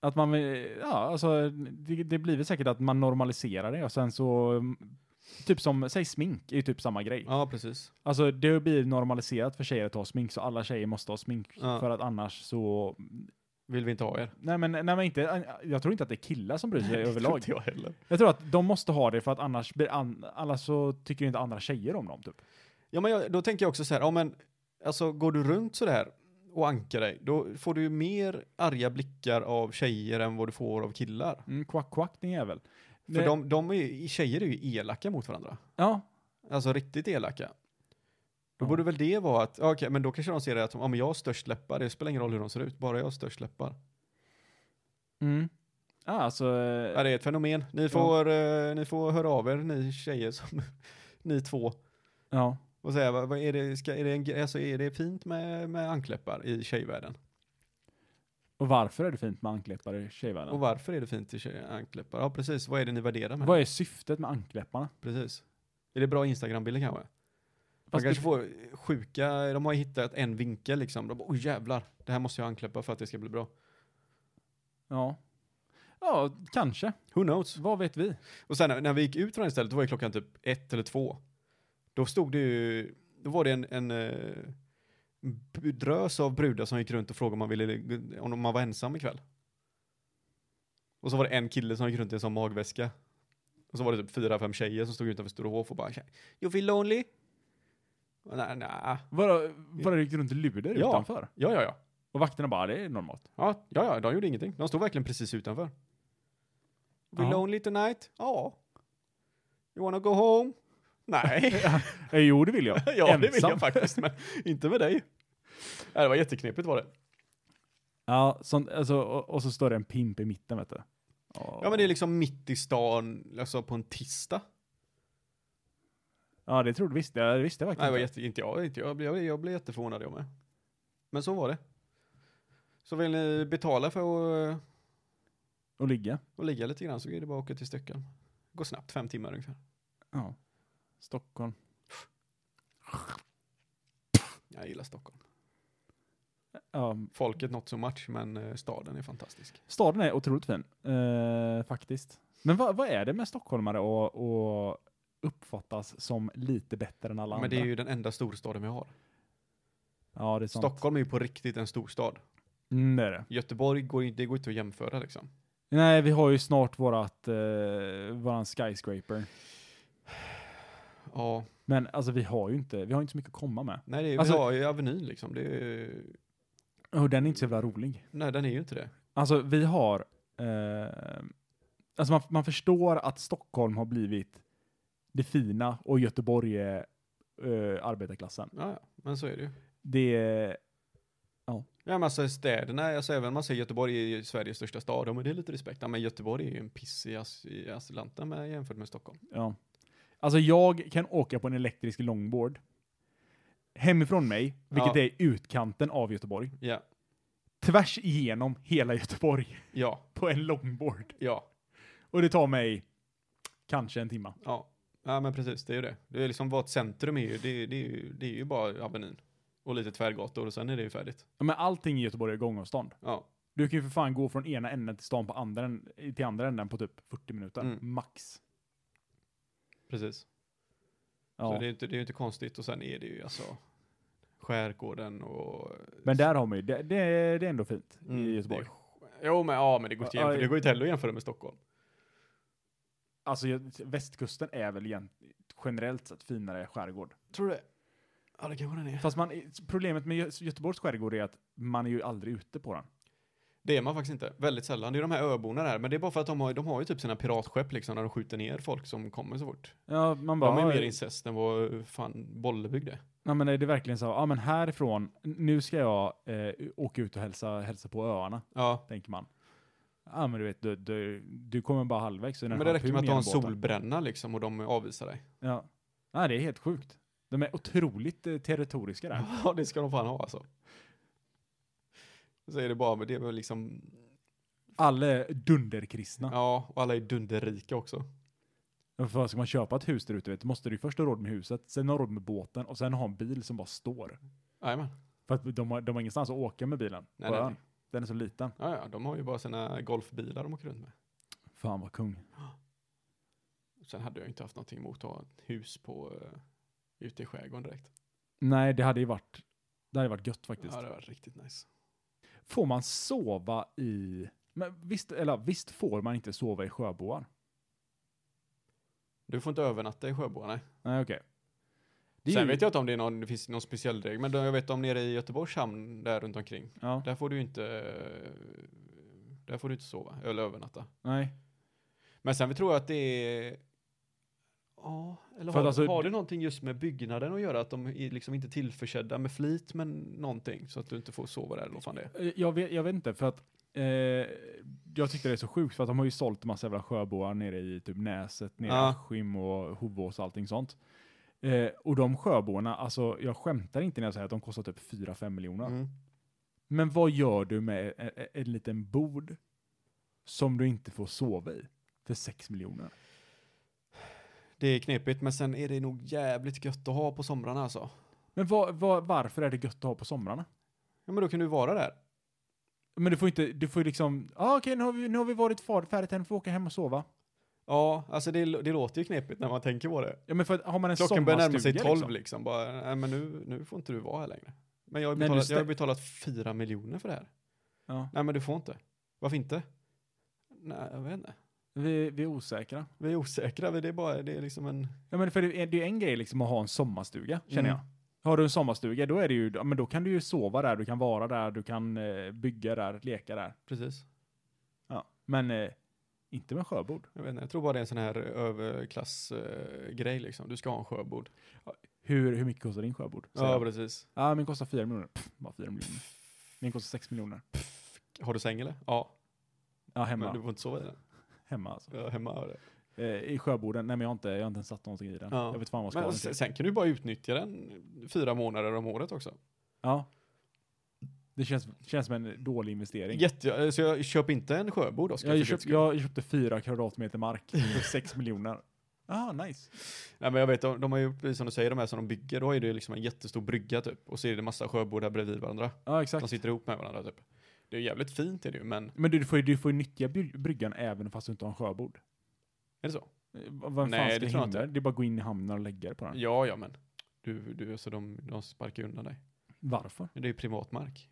Att man, vill- ja alltså, det, det blir väl säkert att man normaliserar det och sen så, mm, typ som, säg smink är ju typ samma grej. Ja, precis. Alltså det blir normaliserat för tjejer att ha smink, så alla tjejer måste ha smink. Ja. För att annars så... Vill vi inte ha er? Nej men, nej men inte, jag tror inte att det är killar som bryr sig Det tror överlag. inte jag heller. Jag tror att de måste ha det för att annars blir an, alla så tycker inte andra tjejer om dem typ. Ja, men jag, då tänker jag också så här, ja men, alltså går du runt så där och ankar dig, då får du ju mer arga blickar av tjejer än vad du får av killar. Mm, quack quack din jävel. För Det- de, de är ju, tjejer är ju elaka mot varandra. Ja. Alltså riktigt elaka. Då Ja. borde väl det vara att, ja, okej, men då kanske de ser det att, ja men jag har störst läppar, det spelar ingen roll hur de ser ut, bara jag har störst läppar. Mm. Ja, alltså, Ja, det är ett fenomen. Ni får, eh, ni får höra av er, ni tjejer som, ni två. ja. Och säga, vad, vad är, det, ska, är, det en, gre- alltså, är det fint med, med ankläppar i tjejvärlden? Och varför är det fint med ankläppar i tjejvärlden? Och varför är det fint i tjej, ankläppar? Ja, precis. Vad är det ni värderar med? Vad är syftet med ankläpparna? Precis. Är det bra Instagram-bilder kanske? Man Fast kanske det- får sjuka, de har ju hittat en vinkel liksom. De bara, oj jävlar, det här måste jag ankläppa för att det ska bli bra. Ja. Ja, kanske. Who knows? Vad vet vi? Och sen när- när vi gick ut från det stället, då var ju klockan typ ett eller två. Då stod det ju, då var det en, en eh, b- drös av brudar som gick runt och frågade om man, ville, om man var ensam ikväll. Och så var det en kille som gick runt i en sån magväska. Och så var det typ fyra, fem tjejer som stod utanför Sturehof och bara You feel lonely? Och Nej, nej. Var, var det gick runt luder Ja. utanför? Ja, ja, ja. Och vakterna bara, det är normalt. Ja, ja, ja, de gjorde ingenting. De stod verkligen precis utanför. We Ja. lonely tonight? Ja. You wanna go home? Nej. Eh, jo, det vill jag. ja, det vill Ensam. jag faktiskt, men inte med dig. Nej, det var jätteknepigt var det. Ja, sånt, alltså, och, och så står det en pimp i mitten, vet du. Ja, men det är liksom mitt i stan, alltså på en tisdag. Ja, det trodde visst, jag visste jag Nej, det verkligen var inte. jätte, inte jag, inte jag, jag, blev- jag blev jätteförvånad jag med. Men så var det. Så vill ni betala för att, eh, Och ligga. att ligga lite grann så är det bara att åka till Stockholm. Går snabbt, fem timmar ungefär. Ja. Stockholm. Jag gillar Stockholm. Ja, Folket not so much, men eh, staden är fantastisk. staden är otroligt fin, eh, faktiskt. Men vad, vad är det med stockholmare och, och uppfattas som lite bättre än alla andra? Men det är ju den enda storstaden vi har. ja, det är sant. Stockholm är ju på riktigt en storstad. Mm, det är det. Göteborg går ju, det går inte att jämföra liksom. Nej, vi har ju snart vårat, eh, våran skyscraper. Ja, Men alltså vi har ju inte, vi har inte så mycket att komma med. nej det är, Alltså- vi har ju Avenyn liksom. Det är, Och den är inte så jävla rolig. nej, den är ju inte det. Alltså vi har, eh, alltså man, man förstår att Stockholm har blivit det fina och Göteborg är eh, arbetarklassen. Ja, ja, men så är det ju. Det är, Ja, men alltså städerna, alltså även om man säger Göteborg är ju Sveriges största stad, ja, men det är lite respekt. Ja, men Göteborg är ju en piss i, as, i Atlanten med, jämfört med Stockholm. ja. Alltså jag kan åka på en elektrisk longboard hemifrån mig, vilket Ja. är utkanten av Göteborg, Ja, tvärs igenom hela Göteborg ja, på en longboard. ja, Och det tar mig kanske en timme. ja. Ja, men precis, det är ju det. Det är liksom vårt centrum är ju, det, det, är ju, det är ju bara Avenyn. Och lite tvärgator och sen är det ju färdigt. Ja, Men allting i Göteborg är gångavstånd. Ja, Du kan ju för fan gå från ena änden till stan på andra, än- till andra änden på typ 40 minuter, Mm. max. precis. Ja. Så det är, inte, det är inte konstigt och sen är det ju alltså skärgården och... Men där har man ju, det, det, det är ändå fint Mm, i Göteborg. det är- Jo men ja, men det går inte, Ja, jämför, ja. det går inte heller att jämföra med Stockholm. Alltså jag- västkusten är väl egent- generellt sett finare skärgård. Tror du det? Ja det kanske den är. Fast man, problemet med Gö- Göteborgs skärgård är att man är ju aldrig ute på den. Det är man faktiskt inte, väldigt sällan. Det är de här öborna där, men det är bara för att de har, de har ju typ sina piratskepp liksom när de skjuter ner folk som kommer så fort. Ja, man De bara, är ju mer ja, incest än vad fan Bollebygd är. nej, men är det verkligen så, ja men härifrån, nu ska jag eh, åka ut och hälsa, hälsa på öarna, Ja, tänker man. Ja men du vet, du, du, du kommer bara halvvägs. men det räcker med att du har en solbränna liksom och de avvisar dig. Ja. Nej, det är helt sjukt. De är otroligt eh, territoriska där. Ja, det ska de fan ha alltså. Så är det bara, men det är väl liksom, Alla är dunderkristna. ja, och alla är dunderrika också. Ja. För ska man köpa ett hus där ute, vet du, måste du ju först ha råd med huset, sen ha råd med båten och sen ha en bil som bara står. Jajamän. För att de har, de har ingenstans att åka med bilen. Nej, på nej, ön. nej. Den är så liten. Ja, ja, de har ju bara sina golfbilar de åker runt med. Fan vad kung. Sen hade jag ju inte haft någonting emot att ha ett hus på uh, ute i skärgården direkt. Nej, det hade ju varit, det hade varit gött faktiskt. Ja, det var riktigt nice. Får man sova i, men visst, eller visst får man inte sova i sjöboar? Du får inte övernatta i sjöboarna. nej. Nej, okej. Det är Sen ju- vet jag inte om det, är någon, det finns någon speciell regel, men då, jag vet om nere i Göteborgs hamn där runt omkring. Ja, Där får du ju inte, eh, där får du inte sova eller övernatta. nej. Men sen vi tror jag att det är, ja, eller För har, att alltså- har det någonting just med byggnaden att göra? Att de är liksom inte tillförsedda med flit men någonting så att du inte får sova där eller vad fan det är. Eh, Jag vet, jag vet inte, för att eh, eh, jag tyckte det är så sjukt för att de har ju sålt massa jävla sjöboar nere i typ Näset, nere i Ja. Askim och Hovås och allting sånt. Eh, och de sjöboarna, alltså jag skämtar inte när jag säger att de kostar typ 4-5 miljoner. Mm. Men vad gör du med en, en, en liten bod som du inte får sova i för 6 miljoner? Det är knepigt, men sen är det nog jävligt gött att ha på somrarna alltså. Men vad- vad- varför är det gött att ha på somrarna? Ja, men då kan du vara där. Men du får inte, du får ju liksom, ah, okej nu har vi, nu har vi varit far- färdigt än, får åka hem och sova. Ja, alltså det, det låter ju knepigt när man tänker på det. Ja men för att, har man en Klockan börjar närma sig sommarstuga, tolv liksom. liksom. Bara, nej men nu, nu får inte du vara här längre. Men jag har ju Men du betalat, jag har stä- ju betalat fyra miljoner för det här. Ja. Nej men du får inte. Varför inte? Nej, jag vet inte. Vi, vi är osäkra. Vi är osäkra, det är bara, det är liksom en... Ja men för det är det är ju en grej liksom att ha en sommarstuga, känner Mm. jag. Har du en sommarstuga, då är det ju, ja, men då kan du ju sova där, du kan vara där, du kan eh, bygga där, leka där. Precis. Ja. Men eh, inte med sjöbord. Jag vet inte, jag tror bara det är en sån här överklassgrej liksom. Du ska ha en sjöbord. Hur, hur mycket kostar din sjöbord? säger jag. precis. Ja, min kostar 4 miljoner. Pff, bara 4 miljoner. Min kostar 6 miljoner. Har du säng eller? Ja. Ja, Men hemma. du får inte sova i den. Hemma alltså. Ja, hemma har det. Eh, I sjöborden. Nej, men jag har inte, jag har inte ens satt någonting i den. Ja. Jag vet fan vad jag ska Men ha den sen, till. sen kan du bara utnyttja den fyra månader om året också. Ja. Det känns, känns som en dålig investering. Jätte, eh, så jag köp inte en sjöbord Oskar, för Jag, guds köpt, skull. jag köpte 4 kvadratmeter mark för 6 miljoner. Ah, nice. Nej men jag vet, de, de har ju gjort, precis som du säger, de här som de bygger, då är det liksom en jättestor brygga typ. Och så är det massa sjöbord här bredvid varandra. Ja, De exakt. sitter ihop med varandra typ. Det är jävligt fint är det ju, men Men du, du får ju du får ju nyttja bry- bryggan även fast du inte har en sjöbord. är det så? Eh, vad- Vem Nej, fan ska det tror jag hindra? Det är bara att gå in i hamnen och lägga det på den. Ja, ja men. Du, du, alltså de, de sparkar ju undan dig. Varför? Men Det är ju privatmark.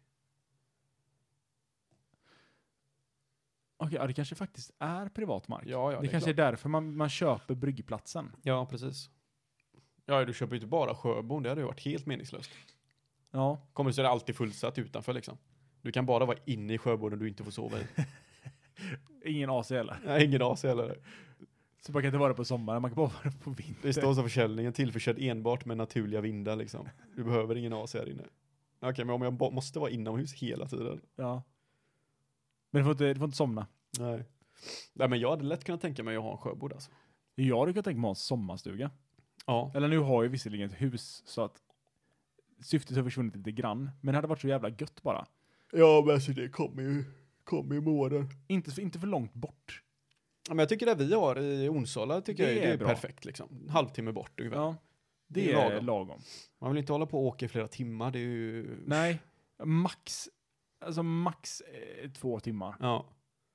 Okej, ja, det kanske faktiskt är privat mark. Ja, ja, det, det är kanske är därför man, man köper bryggplatsen. Ja, precis. Ja, du köper ju inte bara sjöbord, det hade ju varit helt meningslöst. Ja. Kommer det så är det alltid fullsatt utanför liksom. Du kan bara vara inne i sjöborden du inte får sova i. Ingen AC heller. Nej, ingen AC heller. Så man kan inte vara på sommaren, man kan bara vara på vintern. Det står som försäljningen, tillförsedd enbart med naturliga vindar liksom. Du behöver ingen AC här inne. Okej, men om jag bo- måste vara inomhus hela tiden? Ja. Men du får, inte, du får inte somna. Nej. Nej, men jag hade lätt kunnat tänka mig att ha en sjöbord alltså. Jag hade kunnat tänka mig att ha en sommarstuga. Ja. Eller nu har jag ju visserligen ett hus så att syftet har försvunnit lite grann. Men det hade varit så jävla gött bara. Ja, men alltså det kommer ju, kommer ju med åren. Inte, för- inte för långt bort. Ja, men jag tycker det vi har i Onsala tycker Det jag är, det är är bra. perfekt liksom. En halvtimme bort ungefär. Ja. Det, Det är är lagom. lagom. Man vill inte hålla på och åka i flera timmar, det är ju... Nej, max, alltså max eh, två timmar. Ja.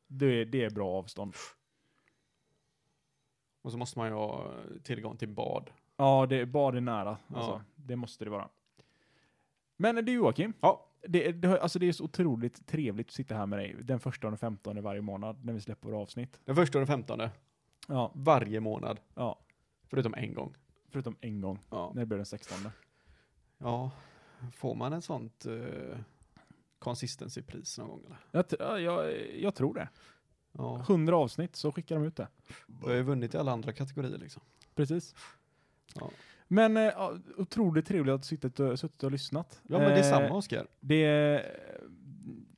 Det är, det är bra avstånd. Och så måste man ju ha tillgång till bad. Ja, det är bara det är nära. Ja. Alltså, Det måste det vara. Men du Joakim, Ja. det, det, har- alltså det är så otroligt trevligt att sitta här med dig den första och den femtonde varje månad när vi släpper våra avsnitt. Den första och den femtonde. Ja, Varje månad. ja Förutom en gång. förutom en gång Ja. när det blev den sextonde. ja. Får man en sånt uh, consistency-pris någon gång eller? Jag, tr- ja, jag, jag tror det. Ja. 100 avsnitt så skickar de ut det. Jag har ju vunnit i alla andra kategorier liksom. Precis. Ja. Men eh, ja, otroligt trevligt att suttit och, suttit och lyssnat. Ja men det är Eh, samma Oskar. Det...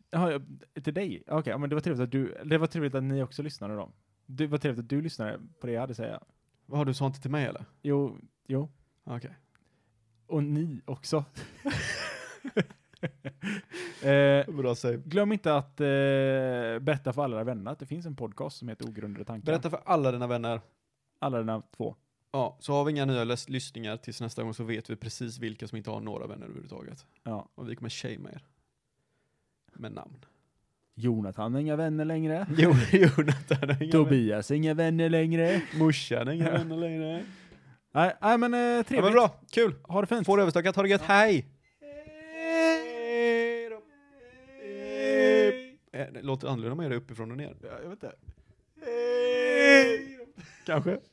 Ja, jag- till dig? Okej, ja, men det var trevligt att du... Det var trevligt att ni också lyssnade då. Det var trevligt att du lyssnade på det jag hade att säga. Vad har du sånt till mig eller? Jo, jo. Okej. Och ni också. eh, Bra säg. glöm inte att eh, berätta för alla era vänner att det finns en podcast som heter Ogrundade tankar. Berätta för alla dina vänner. Alla dina två. Ja, så har vi inga nya läs- lyssningar tills nästa gång så vet vi precis vilka som inte har några vänner överhuvudtaget. Ja. Och vi kommer shamea er. Med namn. Jonathan har inga vänner längre. Jo, Jonathan har inga vänner. Tobias har inga vänner längre. Morsan har inga vänner längre. Nej, nej men eh, Ja, trevligt. men bra, kul. Ha det fint. Får det överstökat, ha det gött, hej! Eh, Det låter annorlunda om man gör det uppifrån och ner. Jag vet inte. Kanske.